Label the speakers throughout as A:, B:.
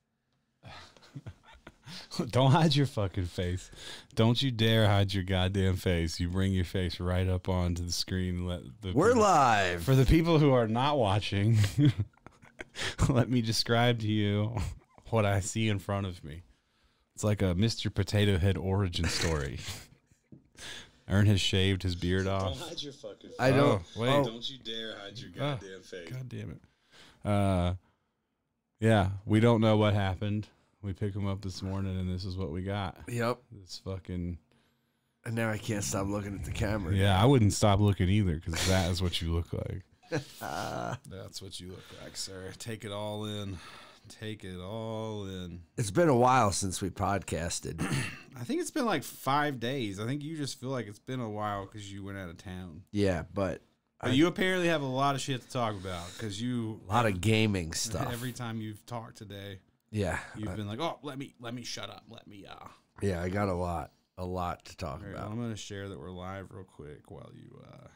A: Don't hide your fucking face. Don't you dare hide your goddamn face. You bring your face right up onto the screen. and Let the
B: We're live.
A: For the people who are not watching, let me describe to you what I see in front of me. It's like a Mr. Potato Head origin story. Ern has shaved his beard off.
C: your fucking
B: I don't.
A: Oh, wait.
B: oh,
C: Don't you dare hide your
A: Ah,
C: goddamn face.
A: God damn it. Uh, yeah, we don't know what happened. We pick him up this morning, and this is what we got.
B: Yep.
A: This fucking
B: And now I can't stop looking at the camera.
A: yeah. I wouldn't stop looking either because that is what you look like.
B: Ah.
A: That's what you look like, sir. Take it all in. Take it all in.
B: it's been a while since we podcasted.
A: I think it's been like five days. I think you just feel like it's been a while because you went out of town.
B: yeah, but
A: But
B: I-
A: you apparently have a lot of shit to talk about because you
B: a lot of gaming stuff.
A: every time you've talked today,
B: yeah. uh,
A: you've been like, "Oh, let me, let me shut up, let me uh."
B: Yeah, I got a lot. A lot to talk
A: All right,
B: about.
A: I'm gonna share that we're live real quick while you. uh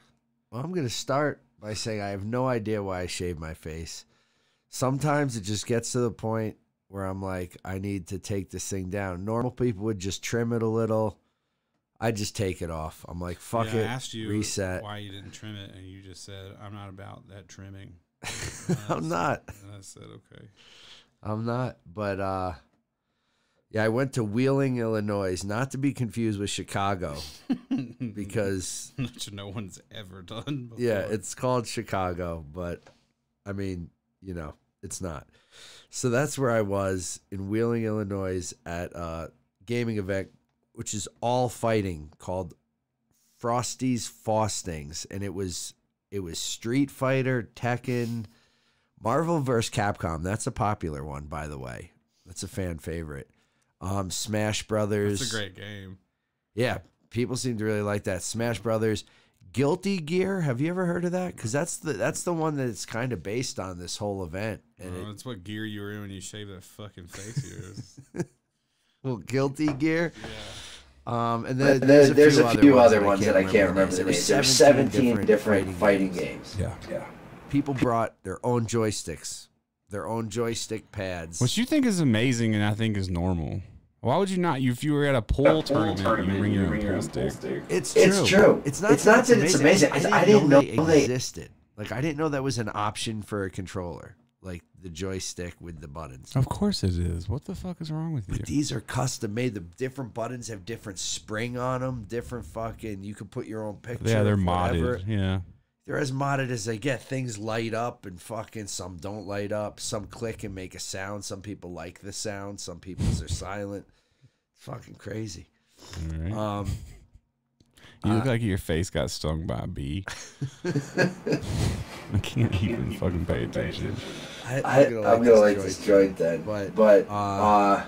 B: Well, I'm going to start by saying I have no idea why I shave my face. Sometimes it just gets to the point where I'm like, I need to take this thing down. Normal people would just trim it a little. I just take it off. I'm like, fuck
A: yeah,
B: it.
A: I asked you
B: reset.
A: why you didn't trim it, and you just said, "I'm not about that trimming."
B: I'm not.
A: And I said, "Okay."
B: I'm not. But uh yeah, I went to Wheeling, Illinois, not to be confused with Chicago because
A: Which no one's ever done. Before.
B: yeah, it's called Chicago, but I mean, you know, it's not. So that's where I was in Wheeling, Illinois at a gaming event which is all fighting called Frosty's Faustings and it was it was Street Fighter, Tekken, Marvel vs. Capcom. That's a popular one, by the way. That's a fan favorite. Um, Smash Brothers.
A: it's a great game.
B: Yeah, people seem to really like that. Smash Brothers, Guilty Gear. Have you ever heard of that? Because that's the that's the one that it's kind of based on this whole event. And
A: Well,
B: it,
A: that's Uh, what gear you were in when you shaved that fucking face of yours.
B: well, Guilty Gear.
A: yeah.
B: Um, and
D: Th-
B: then
D: There's, a few other ones that I can't remember the names. There's 17 different fighting games.
A: Yeah.
D: Yeah.
B: People brought their own joysticks, their own joystick pads.
A: What you think is amazing and I think is normal. Why would you not? If you were at a pool tournament, you bring your own pool stick.
B: It's true.
D: It's true.
B: It's not.
D: It's not that it's amazing. I didn't know
B: they
D: they-
B: existed. Like I didn't know that was an option for a controller, like the joystick with the buttons.
A: Of course it is. What the fuck is wrong with you?
B: But these are custom made. The different buttons have different spring on them. Different fucking. You can put your own picture.
A: yeah, they're
B: of whatever.
A: modded. Yeah.
B: They're as modded as they get. Things light up and fucking some don't light up. Some click and make a sound. Some people like the sound. Some people's are silent. It's fucking crazy.
A: All right.
B: Um,
A: you look like your face got stung by a bee. I can't even fucking pay attention.
B: I,
D: I,
B: I'm
D: I'm
B: gonna
D: going
B: like
D: to
B: this
D: like
B: joint.
D: this joint then.
B: But,
D: But,
B: uh,
D: uh,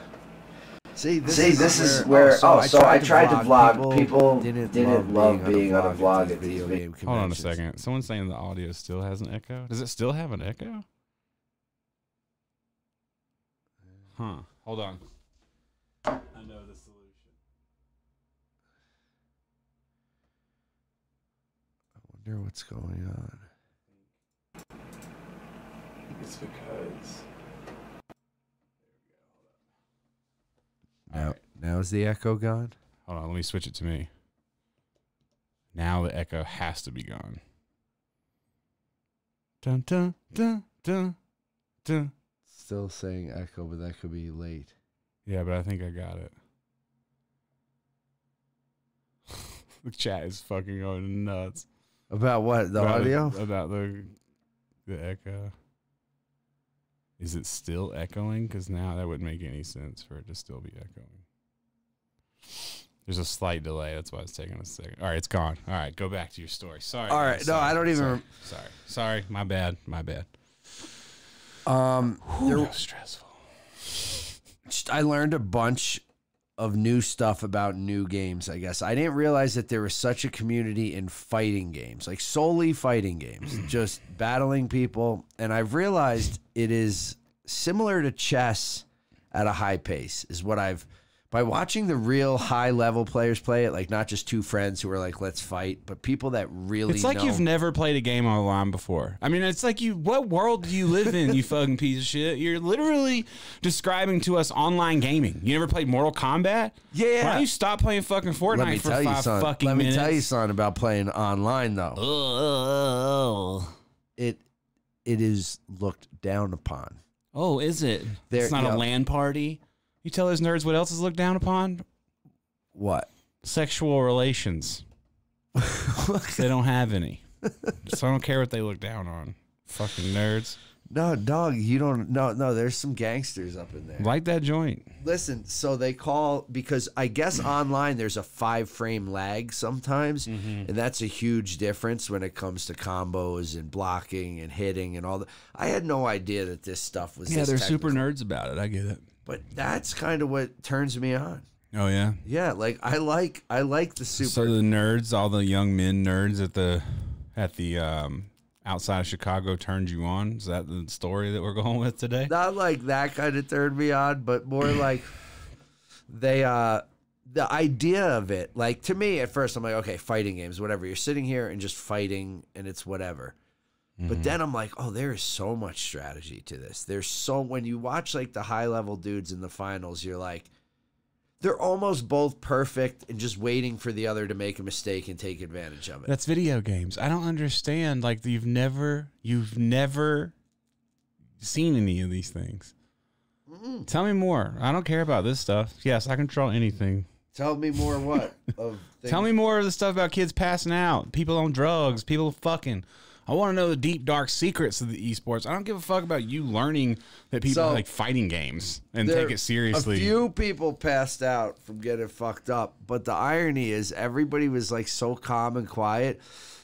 B: See, this
D: see,
B: is,
D: this is where. Oh, so I tried to vlog. People
B: didn't,
D: didn't
B: love being on a
D: vlog
B: at these video
D: video
B: game conventions.
A: Hold on a second. Someone's saying the audio still has an echo. Does it still have an echo? Huh. Hold on. I know the solution.
B: I wonder what's going on.
D: It's because.
B: Now, now is the echo gone?
A: Hold on, let me switch it to me. Now the echo has to be gone. Dun dun dun dun dun.
B: Still saying echo, but that could be late.
A: Yeah, but I think I got it. the chat is fucking going nuts.
B: About what? The
A: About
B: audio?
A: about the the echo. Is it still echoing? Because now that wouldn't make any sense for it to still be echoing. There's a slight delay. That's why it's taking a second. All right, it's gone. All right, go back to your story. Sorry.
B: All
A: guys.
B: right, no,
A: Sorry.
B: I don't even
A: Sorry.
B: rem-
A: Sorry. Sorry. My bad. My bad.
B: Um, there-
A: That was stressful.
B: I learned a bunch of new stuff about new games. I guess I didn't realize that there was such a community in fighting games, like solely fighting games, just battling people. And I've realized it is similar to chess at a high pace, is what I've by watching the real high level players play it, like not just two friends who are like, let's fight, but people that really
A: It's like
B: know-
A: you've never played a game online before. I mean, it's like you. What world do you live in? You fucking piece of shit. You're literally describing to us online gaming. You never played Mortal Kombat.
B: Yeah.
A: Why don't you stop playing fucking Fortnite
B: let me
A: for
B: tell you
A: five
B: something.
A: fucking
B: Let me
A: minutes?
B: tell you something about playing online though.
A: Oh,
B: It it is looked down upon.
A: oh, is it?
B: There-
A: it's not
B: yeah.
A: a land party. You tell those nerds what else is looked down upon?
B: What?
A: Sexual relations. They don't have any, so I don't care what they look down on. Fucking nerds.
B: no, dog, you don't no no, there's some gangsters up in there.
A: Like that joint.
B: Listen, so they call because I guess online there's a five frame lag sometimes, and that's a huge difference when it comes to combos and blocking and hitting and all that. I had no idea that this stuff was
A: Yeah,
B: this
A: they're
B: technical,
A: super nerds about it. I get it.
B: but that's kind of what turns me on.
A: Oh yeah.
B: Yeah, like I like I like the super.
A: So the nerds, all the young men nerds at the at the um, outside of Chicago turned you on. Is that the story that we're going with today?
B: not like that kind of turned me on, but more like they uh the idea of it. Like to me at first I'm like, okay, fighting games, whatever. You're sitting here and just fighting and it's whatever.
A: Mm-hmm.
B: But then I'm like, oh, there is so much strategy to this. There's so when you watch like the high level dudes in the finals, you're like they're almost both perfect and just waiting for the other to make a mistake and take advantage of it.
A: That's video games. I don't understand. Like you've never you've never seen any of these things. Tell me more. I don't care about this stuff. Yes, I control anything.
B: Tell me more what of things-
A: Tell me more of the stuff about kids passing out, people on drugs, people fucking. I want to know the deep dark secrets of the esports. I don't give a fuck about you learning that people
B: So,
A: like fighting games and
B: There-
A: take it seriously.
B: A few people passed out from getting fucked up, but the irony is everybody was like so calm and quiet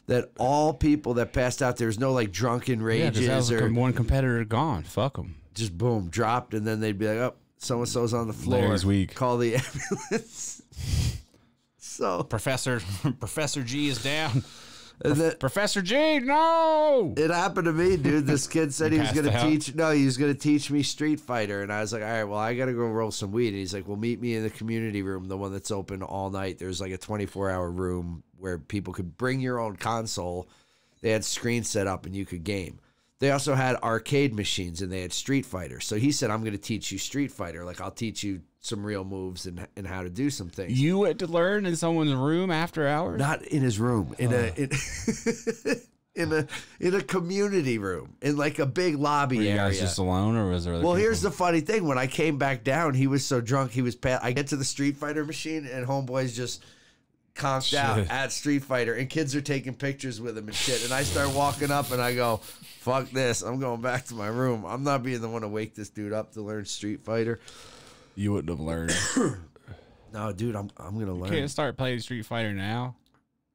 B: that all people that passed out, there was no like drunken
A: yeah,
B: rages
A: because that was
B: or
A: like one competitor gone. Fuck them.
B: just boom dropped, and then they'd be like, "Oh, so and so's on the floor.
A: Larry's weak.
B: Call the ambulance." so
A: Professor Professor G is down.
B: and then,
A: Professor G, no.
B: it happened to me, dude. This kid said he was
A: Oh. passed
B: gonna
A: out?
B: teach. No, he was gonna teach me Street Fighter, and I was like, all right, well, I gotta go roll some weed. And he's like, well, meet me in the community room, the one that's open all night. There's like a 24 hour room where people could bring your own console. They had screens set up, and you could game. They also had arcade machines, and they had Street Fighter. So he said, I'm gonna teach you Street Fighter. Like I'll teach you some real moves and and how to do some things.
A: You had to learn in someone's room after hours.
B: Not in his room. In
A: Oh.
B: a in, in a in a community room. In like a big lobby
A: Were you
B: area.
A: guys just alone, or was there? other
B: well,
A: people?
B: here's the funny thing. When I came back down, he was so drunk. He was. Pa- I get to the Street Fighter machine, and homeboy's just conked out
A: Shit.
B: at Street Fighter, and kids are taking pictures with him and shit. And I start walking up, and I go, "Fuck this! I'm going back to my room. I'm not being the one to wake this dude up to learn Street Fighter."
A: you wouldn't have learned.
B: No, dude, I'm I'm gonna learn.
A: Can't start playing Street Fighter now.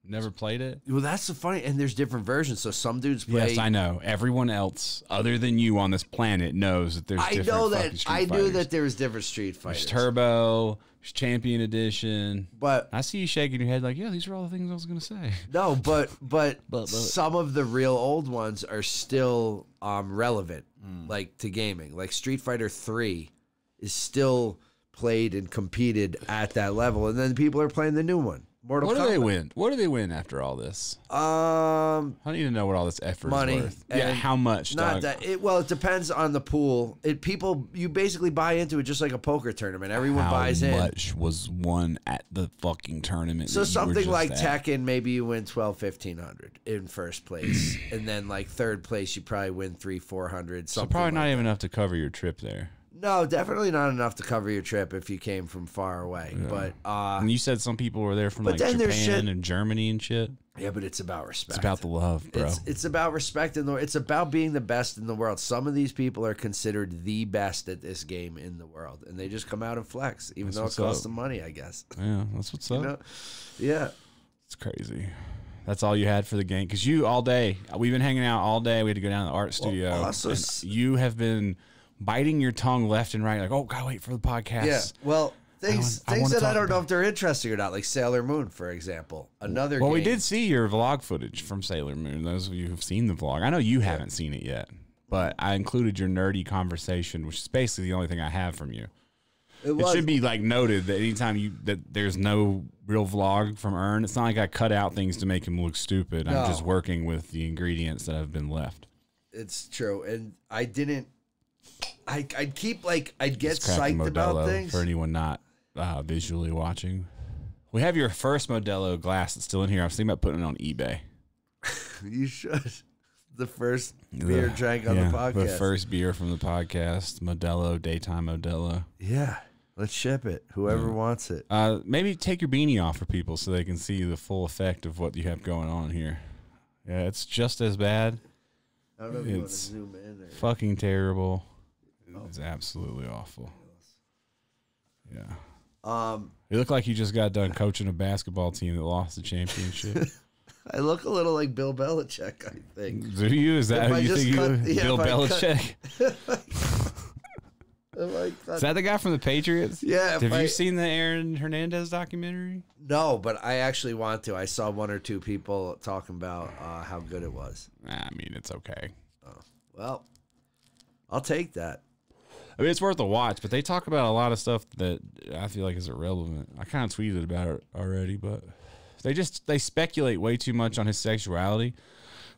A: Never played it.
B: Well, that's the funny, and there's different versions. So some dudes play.
A: Yes, I know. Everyone else, other than you on this planet, knows that there's.
B: I
A: different
B: know
A: fucking
B: that
A: Street
B: I knew
A: Fighters.
B: that there was different Street
A: There's
B: Fighters,
A: Turbo, there's Champion Edition.
B: but
A: I see you shaking your head like, yeah, these are all the things I was gonna say.
B: no, but but,
A: but-
B: some of the real old ones are still um, relevant,
A: Hmm.
B: like to gaming. Like Street Fighter Three is still played and competed at that level, and then people are playing the new one, Mortal
A: What do they
B: Kombat.
A: win? What do they win after all this?
B: Um,
A: I need to know what all this effort
B: Money
A: is worth. Yeah,
B: and-
A: how much?
B: not
A: dog?
B: that. It, well, it depends on the pool. It people you basically buy into it just like a poker tournament. Everyone
A: how
B: buys in.
A: much was won at the fucking tournament?
B: So
A: that you were
B: something
A: just
B: like
A: at?
B: Tekken, maybe you win 12, 1500 in first place. and then like third place, you probably win three, 400.
A: So
B: Something
A: probably not
B: like-
A: even enough to cover your trip there.
B: No, definitely not enough to cover your trip if you came from far away. But uh,
A: And you said some people were there from
B: But
A: like
B: then
A: Japan
B: there's shit-
A: and Germany and shit.
B: yeah, but it's about respect.
A: It's about the love, bro.
B: It's, it's about respect in the it's about being the best in the world. Some of these people are considered the best at this game in the world, and they just come out and flex, even
A: That's
B: though it
A: what's
B: costs
A: up.
B: them money, I guess.
A: yeah, that's what's up.
B: You know? Yeah.
A: It's crazy. That's all you had for the game because you all day. We've been hanging out all day. We had to go down to the art studio.
B: also
A: and
B: s-
A: you have been biting your tongue left and right. Like, oh, gotta wait for the podcast.
B: Yeah. Well, things
A: wanna- I wanna
B: things that I
A: talk
B: don't know
A: about-
B: if they're interesting or not, like Sailor Moon, for example. Another.
A: Well, we
B: game-
A: did see your vlog footage from Sailor Moon. Those of you who've seen the vlog, I know you haven't seen it yet, but I included your nerdy conversation, which is basically the only thing I have from you.
B: It
A: It
B: was.
A: should be like noted that anytime you that there's no real vlog from Earn, it's not like I cut out things to make him look stupid. I'm just
B: No.
A: working with the ingredients that have been left.
B: It's true, and I didn't. I I'd keep like I'd get
A: It's cracking
B: psyched about
A: Modelo
B: things.
A: for anyone not uh, visually watching. We have your first Modelo glass that's still in here. I was thinking about putting it on eBay.
B: You should. The first beer
A: The-
B: drank on
A: yeah,
B: the podcast.
A: The first beer from the podcast, Modelo Daytime Modelo.
B: yeah, let's ship it. Whoever wants it.
A: Uh, maybe take your beanie off for people so they can see the full effect of what you have going on here. Yeah, it's just as bad.
B: I don't know if you want to
A: It's-
B: zoom in Oh. or
A: Fucking terrible. It's absolutely awful. Yeah.
B: um.
A: You look like you just got done coaching a basketball team that lost the championship.
B: I look a little like Bill Belichick. I think.
A: Do you? Is that
B: If
A: who
B: I
A: you
B: just
A: think
B: cut-
A: you
B: yeah,
A: Bill
B: if I cut-
A: Belichick?
B: Am I cut-
A: Is that the guy from the Patriots?
B: yeah. if
A: Have
B: I-
A: you seen the Aaron Hernandez documentary?
B: No, but I actually want to. I saw one or two people talking about uh, how good it was.
A: Nah, I mean, it's okay.
B: Well, I'll take that.
A: I mean, it's worth a watch, but they talk about a lot of stuff that I feel like is irrelevant. I kind of tweeted about it already, but they just they speculate way too much on his sexuality.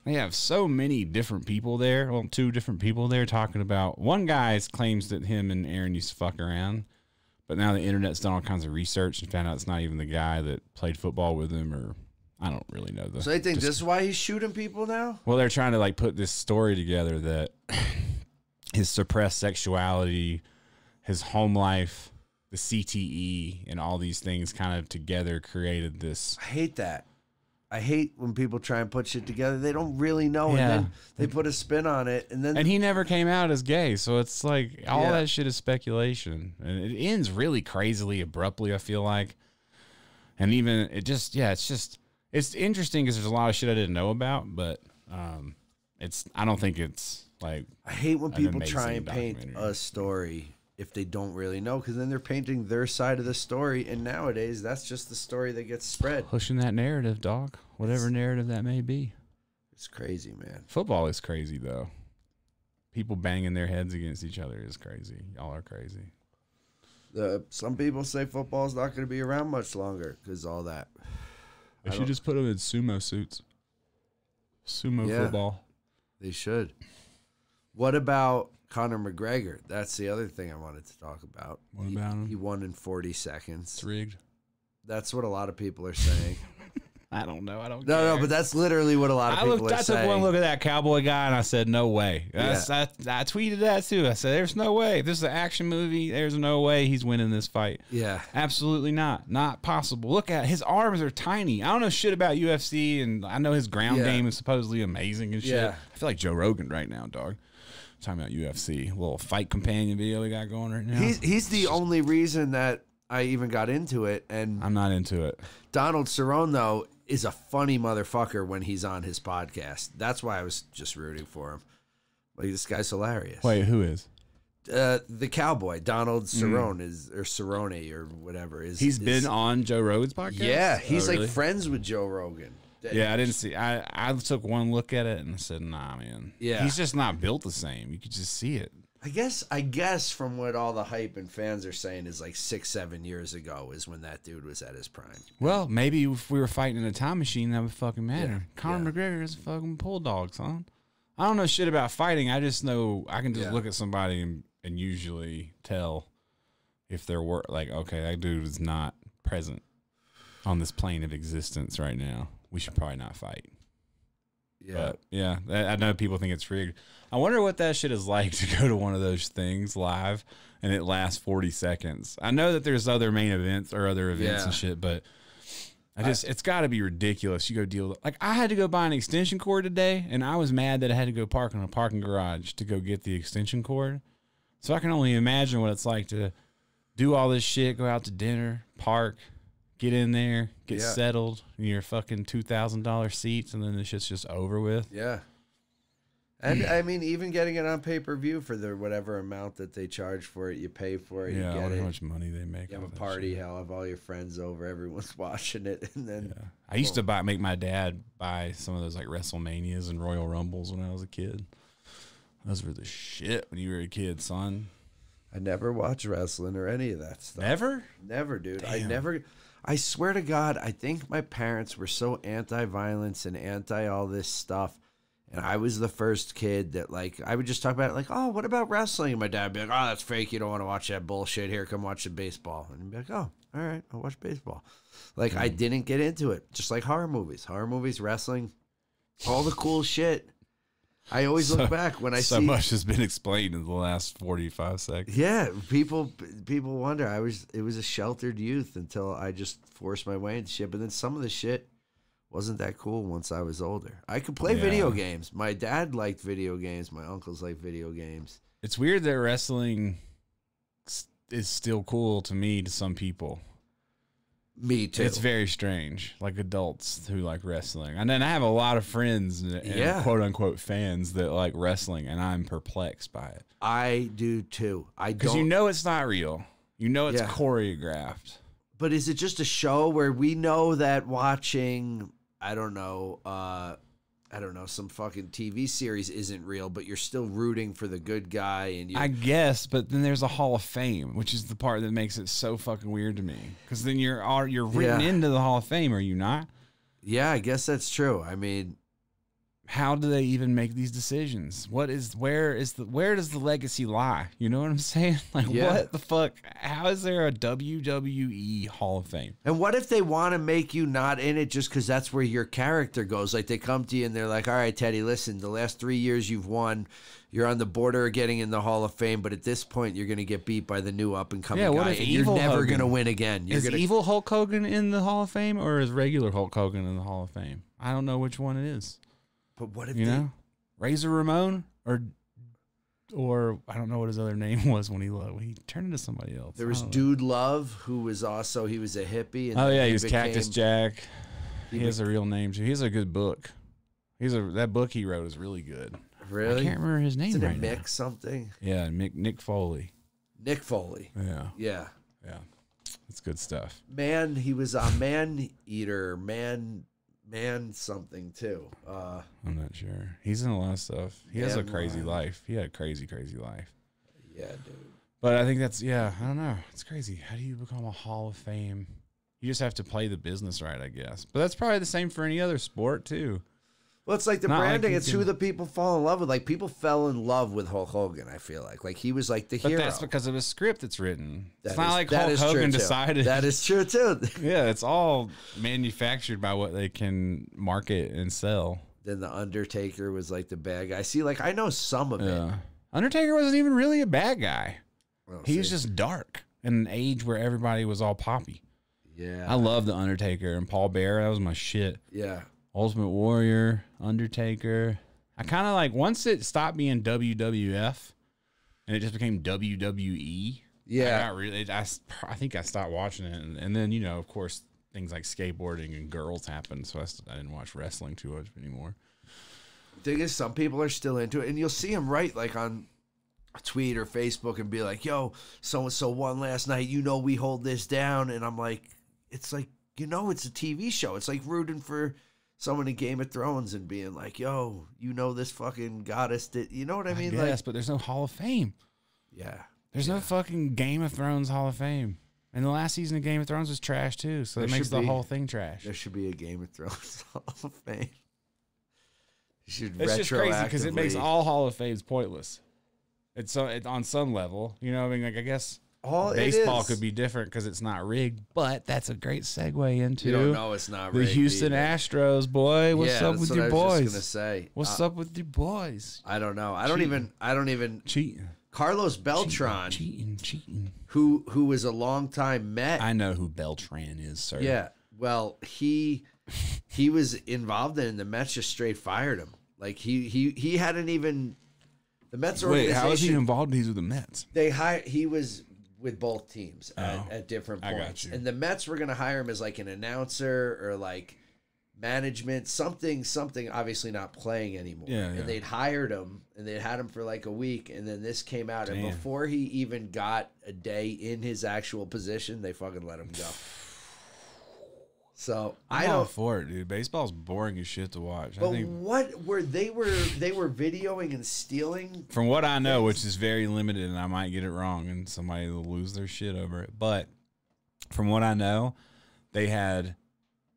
A: They have so many different people there. Well, two different people there talking about. One guy claims that him and Aaron used to fuck around, but now the internet's done all kinds of research and found out it's not even the guy that played football with him, or I don't really know. The
B: So they think this is why he's shooting people now.
A: well, they're trying to like put this story together that his suppressed sexuality, his home life, the CTE, and all these things kind of together created this.
B: I hate that. I hate when people try and put shit together. They don't really
A: Yeah.
B: know, and then they put a spin on it, and then
A: And he never came out as gay, so it's like all
B: Yeah.
A: that shit is speculation, and it ends really crazily abruptly. I feel like, and even it just yeah, it's just it's interesting because there's a lot of shit I didn't know about, but um, it's I don't think it's like
B: I hate when
A: An
B: people try
A: amazing
B: and paint
A: documentary.
B: a story if they don't really know, because then they're painting their side of the story, and nowadays that's just the story that gets spread.
A: pushing that narrative, dog, whatever narrative that may be.
B: It's crazy, man.
A: Football is crazy though. People banging their heads against each other is crazy. Y'all are crazy.
B: The, some people say football's not going to be around much longer because all that.
A: They
B: I
A: should
B: don't-
A: just put them in sumo suits. Sumo
B: Yeah.
A: football.
B: They should. What about Conor McGregor? That's the other thing I wanted to talk about.
A: What
B: He-
A: about him?
B: He won in 40 seconds.
A: It's rigged.
B: That's what a lot of people are saying.
A: I don't know. I don't.
B: No, no,
A: care.
B: but that's literally what a lot of
A: I
B: people
A: looked.
B: are
A: I took
B: saying.
A: one look at that cowboy guy and I said, "No way." That's, I, I tweeted that too. I said, "There's no way. If this is an action movie. There's no way he's winning this fight.
B: Yeah,
A: Absolutely not. Not possible. Look at his arms are tiny. I don't know shit about UFC, and I know his ground
B: Yeah.
A: game is supposedly amazing and shit.
B: Yeah.
A: I feel like Joe Rogan right now, dog. Talking about UFC, little fight companion video we got going right now.
B: he's he's the only reason that I even got into it. And
A: I'm not into it.
B: Donald Cerrone though is a funny motherfucker when he's on his podcast. That's why I was just rooting for him. Like this guy's hilarious.
A: Wait, who is?
B: uh, the cowboy Donald Cerrone is or Cerrone or whatever is.
A: He's
B: is-
A: been on Joe Rogan's podcast.
B: Yeah, he's
A: Oh, really?
B: like friends with Joe Rogan.
A: Yeah, I didn't see. I I took one look at it and I said, Nah, man.
B: Yeah.
A: he's just not built the same. You could just see it.
B: I guess I guess from what all the hype and fans are saying is like six seven years ago is when that dude was at his prime.
A: Well, maybe if we were fighting in a time machine, that would fucking matter. Conor McGregor is a fucking pole dog, son. I don't know shit about fighting. I just know I can just
B: Yeah.
A: look at somebody and, and usually tell if they're wor- like, okay, that dude is not present on this plane of existence right now. We should probably not fight.
B: Yeah,
A: But yeah, that, I know people think it's rigged. I wonder what that shit is like to go to one of those things live and it lasts 40 seconds. I know that there's other main events or other events and
B: Yeah.
A: shit, but I just, it's got to be ridiculous. You go deal, like, I had to go buy an extension cord today and I was mad that I had to go park in a parking garage to go get the extension cord. So I can only imagine what it's like to do all this shit, go out to dinner, park, get in there, get
B: Yeah.
A: settled in your fucking $2,000 seats, and then the shit's just over with.
B: yeah. And I mean, even getting it on pay per view for the whatever amount that they charge for it, you pay for it,
A: Yeah, I
B: you get
A: wonder
B: it.
A: how much money they make.
B: you have
A: off
B: a
A: that
B: party,
A: shit.
B: hell, have all your friends over, everyone's watching it, and then
A: Yeah. I used to buy make my dad buy some of those like WrestleManias and Royal Rumbles when I was a kid. Those were the shit when you were a kid, son.
B: I never watched wrestling or any of that stuff.
A: Never?
B: Never, dude. I
A: Damn.
B: never. I swear to God, I think my parents were so anti-violence and anti all this stuff, and I was the first kid that like I would just talk about it, like, oh, what about wrestling? And my dad would be like, oh, that's fake. You don't want to watch that bullshit. Here, come watch the baseball. And I'd be like, oh, all right, I'll watch baseball. Like I
A: Mm.
B: didn't get into it, just like horror movies, horror movies, wrestling, all the cool shit. I always
A: So-
B: look back when I
A: so
B: see
A: much has been explained in the last 45 seconds.
B: yeah, people people wonder. I was it was a sheltered youth until I just forced my way into shit. But then some of the shit wasn't that cool once I was older. I could play video
A: Yeah.
B: games. My dad liked video games. My uncles liked video games.
A: It's weird that wrestling s- is still cool to me to some people.
B: Me too.
A: It's very strange, like adults who like wrestling. And then I have a lot of friends and
B: Yeah.
A: quote unquote fans that like wrestling, and I'm perplexed by it
B: I do too. I
A: because
B: don't.
A: you know it's not real. You know it's
B: Yeah.
A: choreographed.
B: but is it just a show where we know that watching? I don't know. uh I don't know. Some fucking TV series isn't real, but you're still rooting for the good guy, and you.
A: I guess, but then there's a Hall of Fame, which is the part that makes it so fucking weird to me. Because then you're are you're written
B: Yeah.
A: into the Hall of Fame, are you not?
B: yeah, I guess that's true. I mean,
A: How do they even make these decisions? What is where is the where does the legacy lie? You know what I'm saying? Like
B: Yeah.
A: what the fuck? How is there a WWE Hall of Fame?
B: And what if they want to make you not in it just because that's where your character goes? Like they come to you and they're like, all right, Teddy, listen, the last three years you've won, you're on the border of getting in the Hall of Fame, but at this point you're going to get beat by the new up and coming
A: Yeah, what
B: guy,
A: if
B: and
A: Evil
B: you're never
A: Hogan-
B: going to win again. You're
A: is
B: gonna,
A: evil Hulk Hogan in the Hall of Fame or is regular Hulk Hogan in the Hall of Fame? I don't know which one it is.
B: but what if
A: You
B: they-
A: know? Razor Ramon or or I don't know what his other name was when he lo- when he turned into somebody else. Oh.
B: there
A: I
B: was
A: don't know.
B: Dude Love, who was also he was a hippie. And
A: Oh
B: then
A: yeah, he was Cactus
B: became-
A: Jack. He,
B: he
A: has a real name too. He has a good book. He's a that book he wrote is really good. I
B: Really?
A: can't remember his name
B: Isn't it
A: right now.
B: Mick something?
A: Yeah, Nick Nick Foley.
B: Nick Foley.
A: Yeah,
B: Yeah.
A: yeah, it's good stuff.
B: Man, he was a man eater, man, man something too. Uh,
A: I'm not sure. He's in a lot of stuff. He has a
B: Yeah,
A: crazy
B: well,
A: life. He had a crazy, crazy life.
B: yeah, dude.
A: But I think that's yeah. I don't know. It's crazy. How do you become a Hall of Fame? You just have to play the business right, I guess. But that's probably the same for any other sport too.
B: Well, it's like the
A: Not like
B: branding.
A: you
B: it's who
A: can-
B: the people fall in love with. Like people fell in love with Hulk Hogan. I feel like like he was like the
A: But
B: hero.
A: that's because of a script that's written.
B: That
A: it's not
B: is-
A: like
B: that
A: Hulk
B: is true,
A: Hogan
B: too.
A: decided.
B: That is true too.
A: Yeah, it's all manufactured by what they can market and sell.
B: then the Undertaker was like the bad guy. See, like I know some of it.
A: Undertaker wasn't even really a bad guy.
B: Well,
A: He was
B: see,
A: just dark in an age where everybody was all poppy.
B: yeah,
A: I love the Undertaker and Paul Bear. That was my shit.
B: yeah.
A: Ultimate Warrior, Undertaker. I kind of like once it stopped being WWF and it just became WWE.
B: Yeah.
A: I got really. I, s- I think I stopped watching it, and, and then you know, of course, things like skateboarding and girls happened. So I, st- I didn't watch wrestling too much anymore.
B: thing is, some people are still into it, and you'll see him write like on tweet or Facebook and be like, "Yo, so and so won last night. You know, we hold this down." And I'm like, "It's like you know, it's a TV show. It's like rooting for someone in Game of Thrones and being like, "Yo, you know this fucking goddess did." You know what I
A: I
B: mean?
A: guess,
B: like,
A: but there's no Hall of Fame.
B: yeah,
A: There's no fucking Game of Thrones Hall of Fame. And the last season of Game of Thrones was trash too, so that
B: There
A: makes
B: should
A: the
B: be.
A: whole thing trash.
B: there should be a Game of Thrones Hall of Fame. You should
A: It's just crazy because it makes
B: retroactively-
A: all Hall of Fames pointless. It's so it, on some level, you know. what I mean, like I guess
B: all it
A: baseball
B: is-
A: could be different because it's not rigged, but that's a great segue into
B: You don't know it's not
A: the
B: rigged
A: Houston
B: either.
A: Astros. Boy, what's
B: Yeah,
A: up
B: that's
A: with
B: what
A: your
B: I was just
A: boys?
B: gonna say. Uh,
A: What's up with your boys?
B: I don't know. I don't
A: Cheating.
B: even. I don't even.
A: Cheating,
B: Carlos Beltran,
A: cheating, cheating.
B: who who was a long time Met.
A: I know who Beltran is, sir.
B: yeah. Well, he he was involved in it, and the Mets just straight fired him. Like he he he hadn't even the Mets
A: Wait,
B: organization.
A: how is he involved? He's with the Mets.
B: They hired. He was with both teams at,
A: Oh,
B: at different
A: I got
B: points,
A: you.
B: and the Mets were going to hire him as like an announcer or like management, something, something. Obviously, not playing anymore.
A: Yeah, yeah.
B: And they'd hired him, and they'd had him for like a week, and then this came out, and
A: Damn.
B: before he even got a day in his actual position, they fucking let him go. So
A: I'm
B: I
A: all
B: don't.
A: for it, dude. Baseball's boring as shit to watch. I
B: But
A: think,
B: what were they were they were videoing and stealing?
A: from what I know, which is very limited, and I might get it wrong, and somebody will lose their shit over it. But from what I know, they had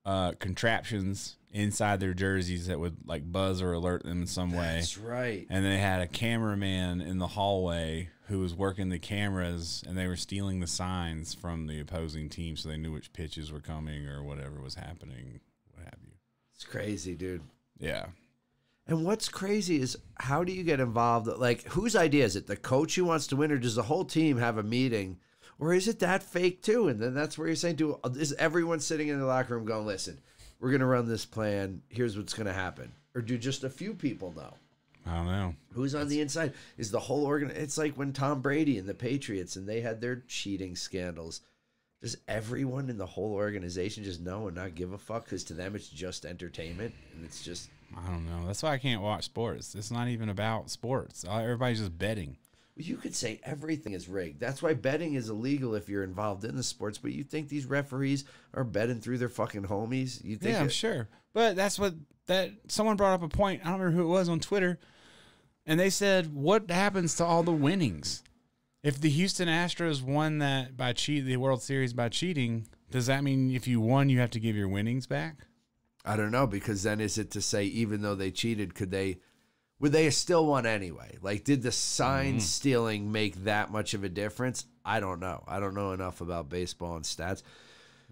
A: uh, contraptions inside their jerseys that would like buzz or alert them in some way.
B: That's right.
A: and they had a cameraman in the hallway who was working the cameras and they were stealing the signs from the opposing team so they knew which pitches were coming or whatever was happening what have you
B: It's crazy, dude.
A: yeah
B: And what's crazy is how do you get involved? Like, whose idea is it? The coach who wants to win, or does the whole team have a meeting? Or is it that fake too? And then that's where you're saying to is everyone sitting in the locker room going, listen, we're going to run this plan. Here's what's going to happen. Or do just a few people know?
A: i don't know
B: Who's on the inside? Is the whole organ? It's like when Tom Brady and the Patriots and they had their cheating scandals. Does everyone in the whole organization just know and not give a fuck? Because to them, it's just entertainment and it's just
A: i don't know that's why i can't watch sports it's not even about sports Uh, everybody's just betting
B: You could say everything is rigged. That's why betting is illegal if you're involved in the sports. But you think these referees are betting through their fucking homies? You think?
A: yeah i'm
B: it-
A: sure but that's what that someone brought up a point i don't remember who it was on twitter and they said what happens to all the winnings If the Houston Astros won that by cheat the World Series by cheating, does that mean if you won you have to give your winnings back?
B: I don't know because then is it to say even though they cheated, could they? Would they still won anyway? Like, did the sign
A: Mm-hmm.
B: stealing make that much of a difference? I don't know. I don't know enough about baseball and stats.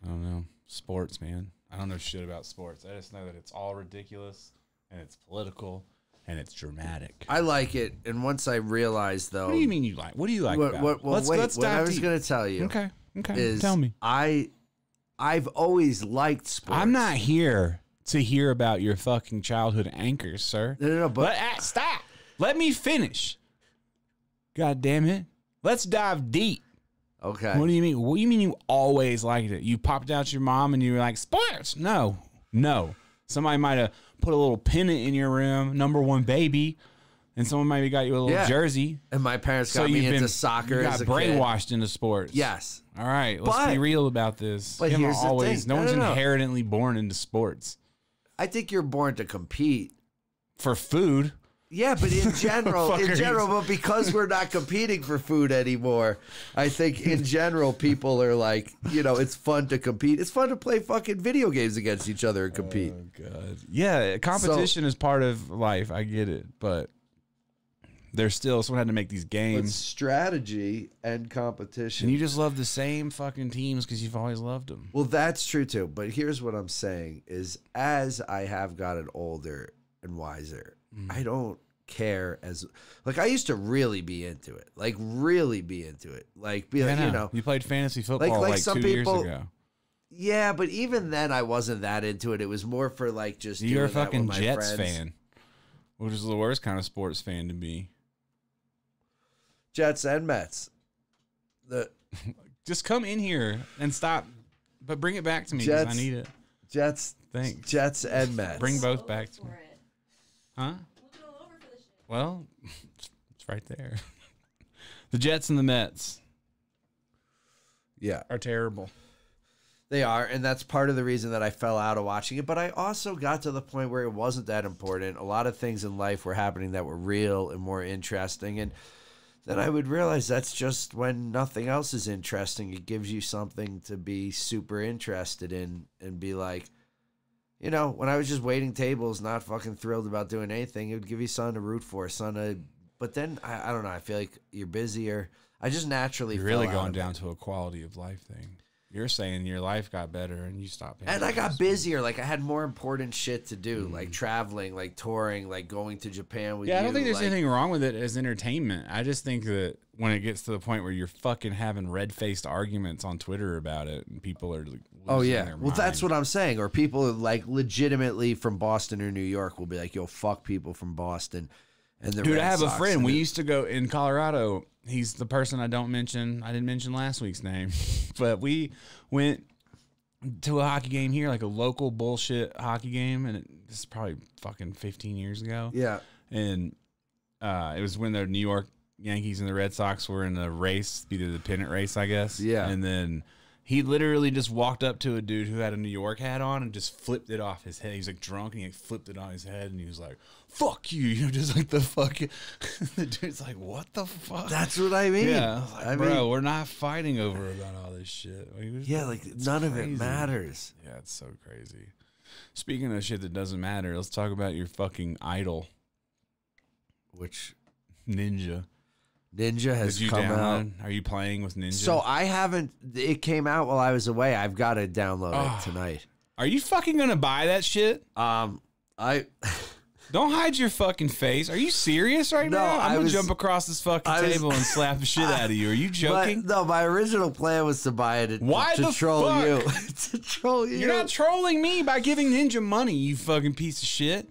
A: I don't know. Sports, man. I don't know shit about sports. I just know that it's all ridiculous and it's political and it's dramatic.
B: I like it, and once I realized though,
A: what do you mean you like? What do you like
B: what,
A: about?
B: what,
A: it?
B: well,
A: let's
B: wait,
A: let's
B: what I
A: dive
B: was
A: deep.
B: going to tell you
A: Okay. Okay.
B: is
A: Tell me.
B: I, I've always liked sports.
A: I'm not here to hear about your fucking childhood anchors, sir.
B: No, no, no, but-
A: Let- ah, stop. Let me finish. God damn it. Let's dive deep.
B: okay.
A: What do you mean? What do you mean you always liked it? You popped out your mom and you were like, sports. No, no. Somebody might have put a little pennant in your room, number one baby, and someone maybe got you a little
B: Yeah.
A: jersey.
B: And my parents
A: So
B: got
A: you've
B: me into
A: been
B: soccer
A: You got
B: as a kid.
A: brainwashed into sports.
B: Yes.
A: All right. Let's
B: But-
A: be real about this.
B: but
A: You haven't
B: here's the thing.
A: No,
B: No,
A: one's
B: no, no.
A: inherently born into sports
B: I think you're born to compete.
A: for food.
B: Yeah, but in general, in
A: Fuckers.
B: general, but because we're not competing for food anymore, I think in general people are like, you know, it's fun to compete. It's fun to play fucking video games against each other and compete.
A: Uh, God. Yeah, competition is part of life. I get it, but there's still someone had to make these
B: But
A: games.
B: strategy and competition.
A: And you just love the same fucking teams because you've always loved them.
B: Well, that's true too. But here's what I'm saying is as I have gotten older and wiser,
A: Mm.
B: I don't care as like I used to really be into it. Like really be into it. Like be like, you know,
A: you played fantasy football like,
B: like some
A: two
B: people-
A: years ago.
B: yeah, but even then I wasn't that into it. It was more for like just
A: You're a
B: doing that with
A: fucking
B: my
A: Jets
B: friends.
A: fan, which is the worst kind of sports fan to be.
B: Jets and Mets. The
A: Just come in here and stop, but bring it back to me 'cause
B: Jets.
A: I need it.
B: Jets
A: Thanks.
B: Jets and Mets.
A: Bring both
C: All
A: back to
C: over
A: me,
C: it.
A: huh?
C: Looking all over for this shit.
A: Well, it's right there. the Jets and the Mets
B: Yeah.
A: are terrible.
B: They are, and that's part of the reason that I fell out of watching it. But I also got to the point where it wasn't that important. A lot of things in life were happening that were real and more interesting. And then I would realize that's just when nothing else is interesting. It gives you something to be super interested in and be like, you know, when I was just waiting tables, not fucking thrilled about doing anything, it would give you something to root for, something to. But then I, I don't know. I feel like you're busier. I just naturally
A: You're really
B: fell out
A: going
B: of it.
A: down to a quality of life thing. You're saying your life got better and you stopped. paying
B: And I got
A: attention.
B: busier. Like I had more important shit to do, like traveling, like touring, like going to Japan with
A: Mm. Yeah, I don't
B: you,
A: think there's
B: like-
A: anything wrong with it as entertainment. I just think that when it gets to the point where you're fucking having red faced arguments on Twitter about it and people are like,
B: Oh
A: losing
B: yeah.
A: their
B: Well, that's
A: mind.
B: what I'm saying. Or people like legitimately from Boston or New York will be like, "Yo, fuck people from Boston." And the
A: Dude,
B: Red
A: I have
B: Sox
A: a friend.
B: and
A: We
B: the-
A: used to go in Colorado. He's the person I don't mention. I didn't mention last week's name, but we went to a hockey game here, like a local bullshit hockey game, and it, this is probably fucking 15 years ago.
B: yeah.
A: and uh, it was when the New York Yankees and the Red Sox were in a race, either the pennant race, I guess.
B: Yeah.
A: And then He literally just walked up to a dude who had a New York hat on and just flipped it off his head. He was like drunk and he like, flipped it on his head and he was like, "Fuck you," you know, just like the fuck. the dude's like, "What the fuck?"
B: That's what I mean.
A: yeah, I was like,
B: I
A: bro,
B: mean,
A: we're not fighting over about all this shit. Like, it was-
B: yeah, like
A: it's
B: none of
A: crazy.
B: it matters.
A: Yeah, it's so crazy. Speaking of shit that doesn't matter, let's talk about your fucking idol,
B: Which
A: Ninja.
B: Ninja has
A: Did you
B: come out.
A: download? Are you playing with Ninja?
B: So I haven't. It came out while I was away. I've got to download
A: Ah.
B: it tonight.
A: Are you fucking gonna buy that shit?
B: Um, I
A: Don't hide your fucking face. Are you serious right
B: No,
A: now? I'm
B: I
A: gonna
B: was-
A: jump across this fucking
B: I was-
A: table and slap the shit out of you. Are you
B: but
A: joking?
B: no, my original plan was to buy it to,
A: Why
B: to
A: the
B: troll
A: fuck?
B: you. to troll you.
A: You're not trolling me by giving Ninja money, you fucking piece of shit.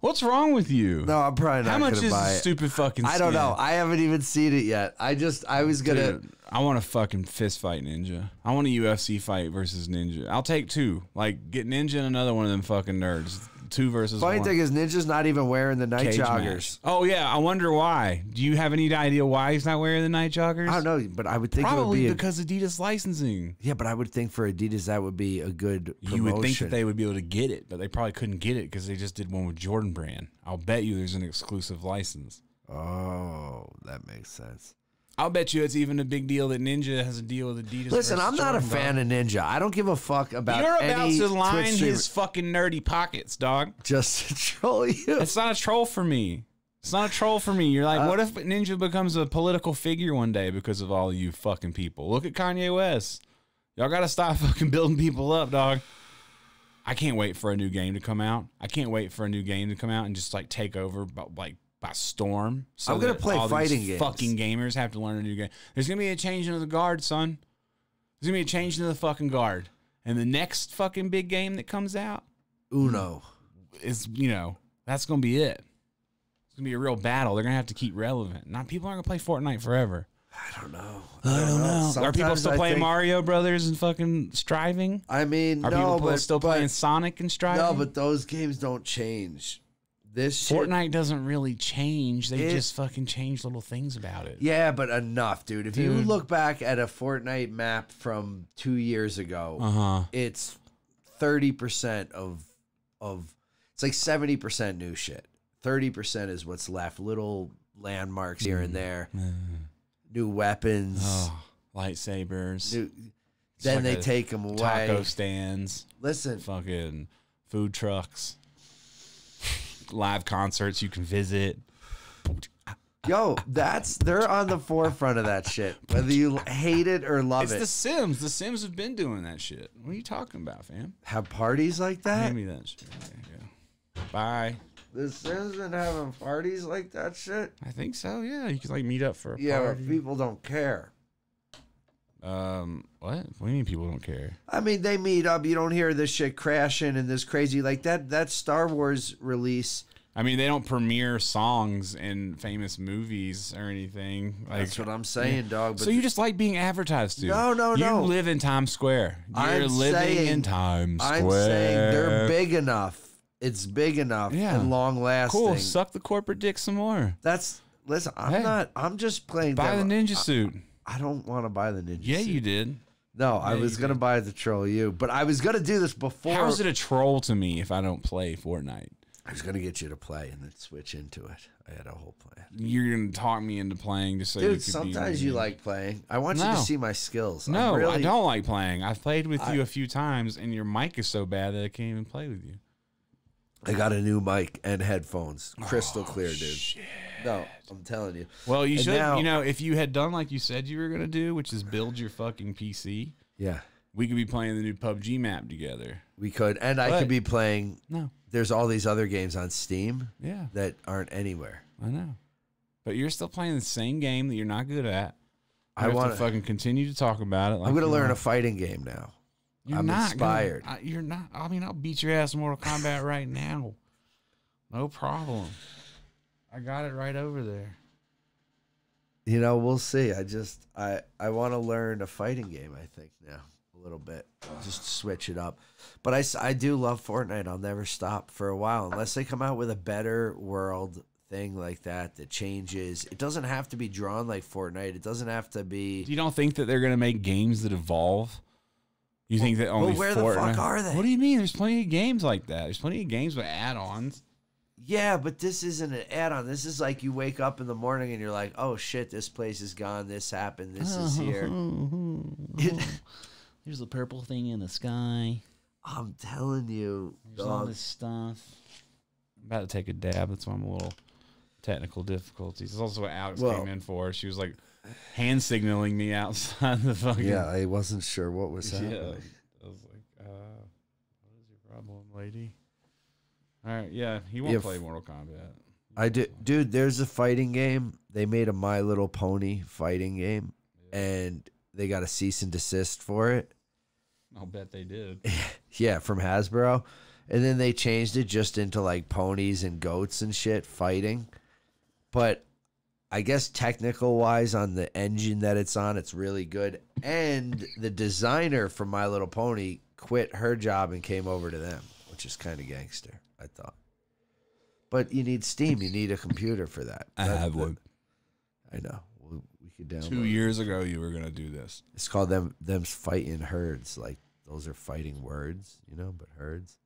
A: What's wrong with you?
B: no, I'm probably not.
A: How much
B: gonna
A: is
B: buy
A: this
B: it.
A: stupid fucking?
B: I don't
A: skin?
B: know. I haven't even seen it yet. I just I was gonna.
A: Dude, I want a fucking fist fight ninja. I want a UFC fight versus ninja. I'll take two. Like get ninja and another one of them fucking nerds. Two versus
B: Funny
A: one.
B: thing is, Ninja's not even wearing the night
A: Cage
B: joggers.
A: match. Oh yeah, I wonder why. Do you have any idea why he's not wearing the night joggers?
B: I don't know, but I would think it would
A: Probably
B: be. A,
A: because Adidas licensing.
B: yeah, but I would think for Adidas that would be a good promotion.
A: You would think that they would be able to get it, but they probably couldn't get it because they just did one with Jordan Brand. I'll bet you there's an exclusive license.
B: Oh, that makes sense.
A: I'll bet you it's even a big deal that Ninja has a deal with Adidas.
B: Listen,
A: versus
B: I'm not a
A: Jordan, dog.
B: fan of Ninja. I don't give a fuck about
A: You're about
B: any
A: to line
B: Twitch streamer
A: his fucking nerdy pockets, dog.
B: just to troll you.
A: It's not a troll for me. It's not a troll for me. You're like,
B: Uh,
A: what if Ninja becomes a political figure one day because of all you fucking people? Look at Kanye West. Y'all gotta stop fucking building people up, dog. I can't wait for a new game to come out. I can't wait for a new game to come out and just like take over, but like by storm. So
B: I'm gonna
A: that
B: play
A: all these
B: fighting games.
A: Fucking gamers have to learn a new game. There's gonna be a change of the guard, son. There's gonna be a change in the fucking guard. And the next fucking big game that comes out,
B: Uno.
A: is you know that's gonna be it. It's gonna be a real battle. They're gonna have to keep relevant. Not people aren't gonna play Fortnite forever.
B: I don't know.
A: Are people
B: Sometimes
A: still
B: I
A: playing
B: think-
A: Mario Brothers and fucking striving?
B: I mean,
A: Are
B: no,
A: people pl-
B: but
A: still
B: but-
A: playing Sonic and striving?
B: No, but those games don't change. This shit-
A: Fortnite doesn't really change. They
B: It-
A: just fucking change little things about it.
B: Yeah, but enough, dude. If you
A: Dude.
B: look back at a Fortnite map from two years ago,
A: Uh huh.
B: it's thirty percent of of it's like seventy percent new shit. Thirty percent is what's left. Little landmarks here and there, new weapons.
A: Mm. Oh, lightsabers.
B: new,
A: It's
B: then
A: like
B: they
A: a
B: take them away.
A: taco stands.
B: Listen,
A: Fucking food trucks. Live concerts you can visit.
B: yo, that's they're on the forefront of that shit. Whether you hate it or love
A: It's
B: it,
A: The Sims. The Sims have been doing that shit. What are you talking about, fam?
B: have parties like that.
A: Hand me that shit. There you go. Bye.
B: The Sims been having parties like that shit.
A: I think so. Yeah, you could like meet up for a
B: Yeah, but
A: party.
B: people don't care.
A: um, what? What do you mean people don't care?
B: I mean, they meet up. You don't hear this shit crashing and this crazy like that. That Star Wars release.
A: I mean, they don't premiere songs in famous movies or anything. Like,
B: That's what I'm saying, dog. But
A: so you just like being advertised to?
B: No, no,
A: you
B: no.
A: You live in Times Square. You're
B: I'm
A: living
B: saying-
A: in Times Square.
B: I'm saying they're big enough. It's big enough
A: Yeah.
B: and long lasting.
A: Cool. Suck the corporate dick some more.
B: That's listen. I'm
A: Hey.
B: not. I'm just playing.
A: Buy the
B: devil-
A: ninja suit.
B: I don't want to buy the uh, ninja.
A: Yeah,
B: suit.
A: you did.
B: No, I
A: yeah,
B: was
A: you
B: gonna buy the troll you, but I was gonna do this before.
A: How is it a troll to me if I don't play Fortnite?
B: I was gonna get you to play and then switch into it. I had a whole plan.
A: You're gonna talk me into playing just so you
B: Dude,
A: could be
B: sometimes
A: mean.
B: you like playing. I want you to
A: No.
B: see my skills. I'm
A: No, I
B: really-
A: don't like playing. I've played with you a few times, and your mic is so bad that I can't even play with you.
B: I got a new mic and headphones,
A: Oh,
B: crystal clear, dude. No, I'm telling you.
A: Well, you
B: And
A: should.
B: now-
A: you know, if you had done like you said you were gonna do, which is build your fucking PC,
B: Yeah,
A: we could be playing the new PUBG map together.
B: we could, and I
A: But-
B: could be playing.
A: No,
B: There's all these other games on Steam
A: yeah,
B: that aren't anywhere.
A: I know, but you're still playing the same game that you're not good at.
B: I
A: I want
B: wanna-
A: to fucking continue to talk about it. Like
B: I'm gonna
A: you
B: learn
A: are.
B: a fighting game now.
A: You're
B: I'm
A: not gonna-
B: inspired.
A: I, you're not. I mean, I'll beat your ass in Mortal Kombat right now. No problem. I got it right over there.
B: You know, we'll see. I just I I want to learn a fighting game. I think now a little bit, just switch it up. But I s- I do love Fortnite. I'll never stop for a while unless they come out with a better world thing like that that changes. It doesn't have to be drawn like Fortnite. It doesn't have to be.
A: You don't think that they're gonna make games that evolve? You think that only
B: where the fuck
A: Fortnite?
B: are they?
A: What do you mean? There's plenty of games like that. There's plenty of games with add-ons.
B: Yeah, but this isn't an add-on. This is like you wake up in the morning and you're like, "Oh shit, this place is gone. This happened. This is here."
A: Uh-huh.
C: There's the purple thing in the sky.
B: I'm telling you,
C: There's all
B: dog,
C: this stuff.
A: I'm about to take a dab. That's why I'm a little technical difficulties. It's also what Alex
B: Well-
A: came in for. She was like hand signaling me outside the fucking.
B: Yeah, I wasn't sure what was
A: Yeah.
B: happening.
A: I was like, uh, what is your problem, lady? All right, yeah, he won't
B: Yeah, f-
A: play Mortal Kombat.
B: I do, dude. There's a fighting game. They made a My Little Pony fighting game, and they got a cease and desist for it.
A: I'll bet they did.
B: Yeah, from Hasbro, and then they changed it just into like ponies and goats and shit fighting. But I guess technical wise, on the engine that it's on, it's really good. And the designer for My Little Pony quit her job and came over to them, which is kind of gangster, I thought. But you need Steam. You need a computer for that. That- that- I know. We, we could download.
A: Two
B: it.
A: years ago, you were gonna do this.
B: It's called them them's fighting herds. Like those are fighting words, you know, but herds.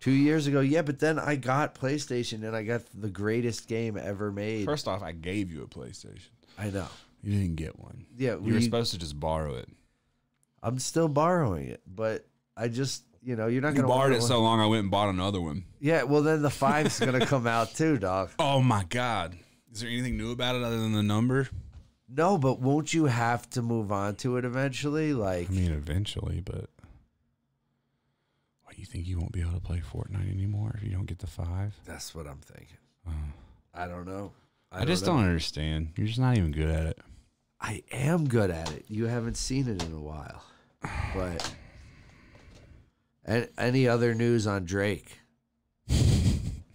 B: Two years ago, yeah, but then I got PlayStation and I got the greatest game ever made.
A: First off, I gave you a PlayStation.
B: I know.
A: You didn't get one.
B: Yeah,
A: You were
B: we-
A: supposed to just borrow it.
B: I'm still borrowing it, but I just you know, you're not
A: You
B: gonna
A: borrowed
B: want
A: it so long, I went and bought another one.
B: Yeah, well then the five's gonna come out too, dog.
A: Oh my god! Is there anything new about it other than the number?
B: No, but won't you have to move on to it eventually? Like
A: I mean, eventually, but what you think you won't be able to play Fortnite anymore if you don't get the five?
B: that's what I'm thinking.
A: Oh.
B: I don't know.
A: I, just
B: know.
A: don't understand. You're just not even good at it.
B: I am good at it. You haven't seen it in a while. But and any other news on Drake?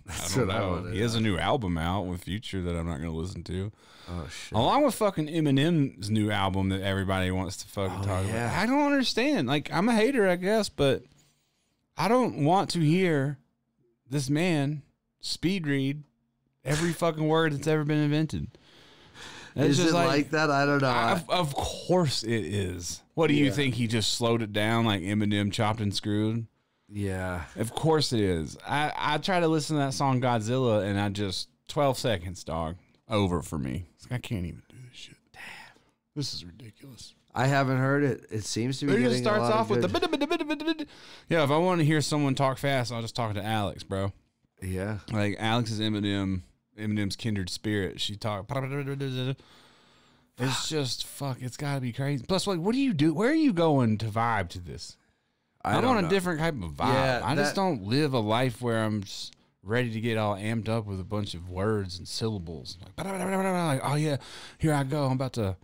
B: That's
A: I don't
B: what I
A: know.
B: wanted
A: he
B: to
A: has a new album out with Future that I'm not going to listen to,
B: Oh shit.
A: along with fucking Eminem's new album that everybody wants to fucking
B: Oh,
A: talk
B: yeah.
A: about. I don't understand. Like I'm a hater, I guess, but I don't want to hear this man speed read every fucking word that's ever been invented. It's
B: Is
A: just
B: it like, that? I don't know.
A: I-
B: I,
A: of, of course it is. What do you think? He just slowed it down like Eminem chopped and screwed?
B: yeah.
A: Of course it is. I, I try to listen to that song Godzilla and I just 12 seconds, dog. Over for me. It's like, I can't even do this shit. Damn. This is ridiculous.
B: I haven't heard it. It seems to be.
A: It
B: Getting
A: just starts
B: a lot
A: off with the
B: good,
A: bit bit bit bit bit. Yeah, if I want to hear someone talk fast, I'll just talk to Alex, bro.
B: the. Yeah.
A: Like Alex is Eminem, Eminem's kindred spirit. She talk. It's just fuck. It's got to be crazy. Plus, like, what do you do? Where are you going to vibe to this?
B: I
A: I'm
B: don't
A: on
B: know.
A: a different type of vibe.
B: Yeah,
A: I
B: that-
A: just don't live a life where I'm just ready to get all amped up with a bunch of words and syllables. Like, like oh yeah, here I go. I'm about to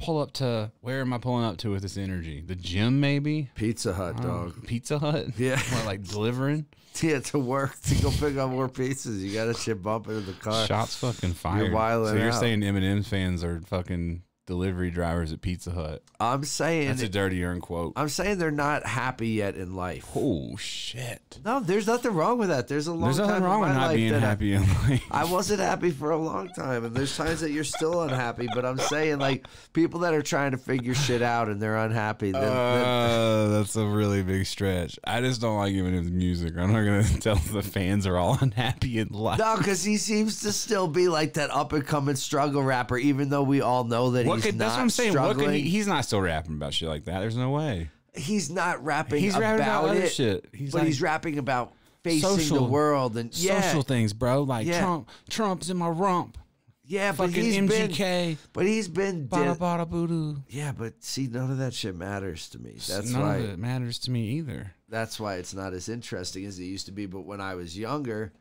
A: pull up to. Where am I pulling up to with this energy? The gym, maybe.
B: Pizza Hut
A: I don't know,
B: dog.
A: Pizza Hut.
B: Yeah.
A: What, like delivering.
B: Yeah, to work to go pick up more pizzas. You got to shit bump into the car.
A: Shots fucking fired.
B: wildin'
A: so you're
B: out.
A: saying Eminem fans are fucking delivery drivers at Pizza Hut?
B: I'm saying.
A: That's a dirty earn quote.
B: I'm saying they're not happy yet in life.
A: oh shit.
B: No, there's nothing wrong with that. There's a long
A: There's
B: time
A: nothing
B: in
A: wrong with
B: my
A: not
B: life
A: being
B: that I-
A: happy in life.
B: I wasn't happy for a long time, and there's times that you're still unhappy. But I'm saying, like, people that are trying to figure shit out and they're unhappy, then, then-
A: Uh, that's a really big stretch. I just don't like Eminem's music. I'm not gonna tell the fans are all unhappy in life.
B: no, because he seems to still be like that up and coming struggle rapper, even though we all know that
A: What
B: he's
A: could,
B: not
A: that's what I'm saying. What
B: struggling.
A: could he, he's not still rapping about shit like that. There's no way.
B: he's not rapping.
A: He's
B: about,
A: rapping about other
B: it,
A: shit. He's
B: but
A: like-
B: he's rapping about facing the
A: Social-
B: world and yeah,
A: Social things, bro. Like
B: Yeah.
A: Trump, Trump's in my rump.
B: yeah. But
A: Fucking
B: he's been,
A: MGK.
B: but he's been,
A: Bada
B: di-
A: bada boo doo.
B: yeah. But see, none of that shit matters to me. That's
A: None
B: why.
A: of it matters to me either.
B: That's why it's not as interesting as it used to be. But when I was younger.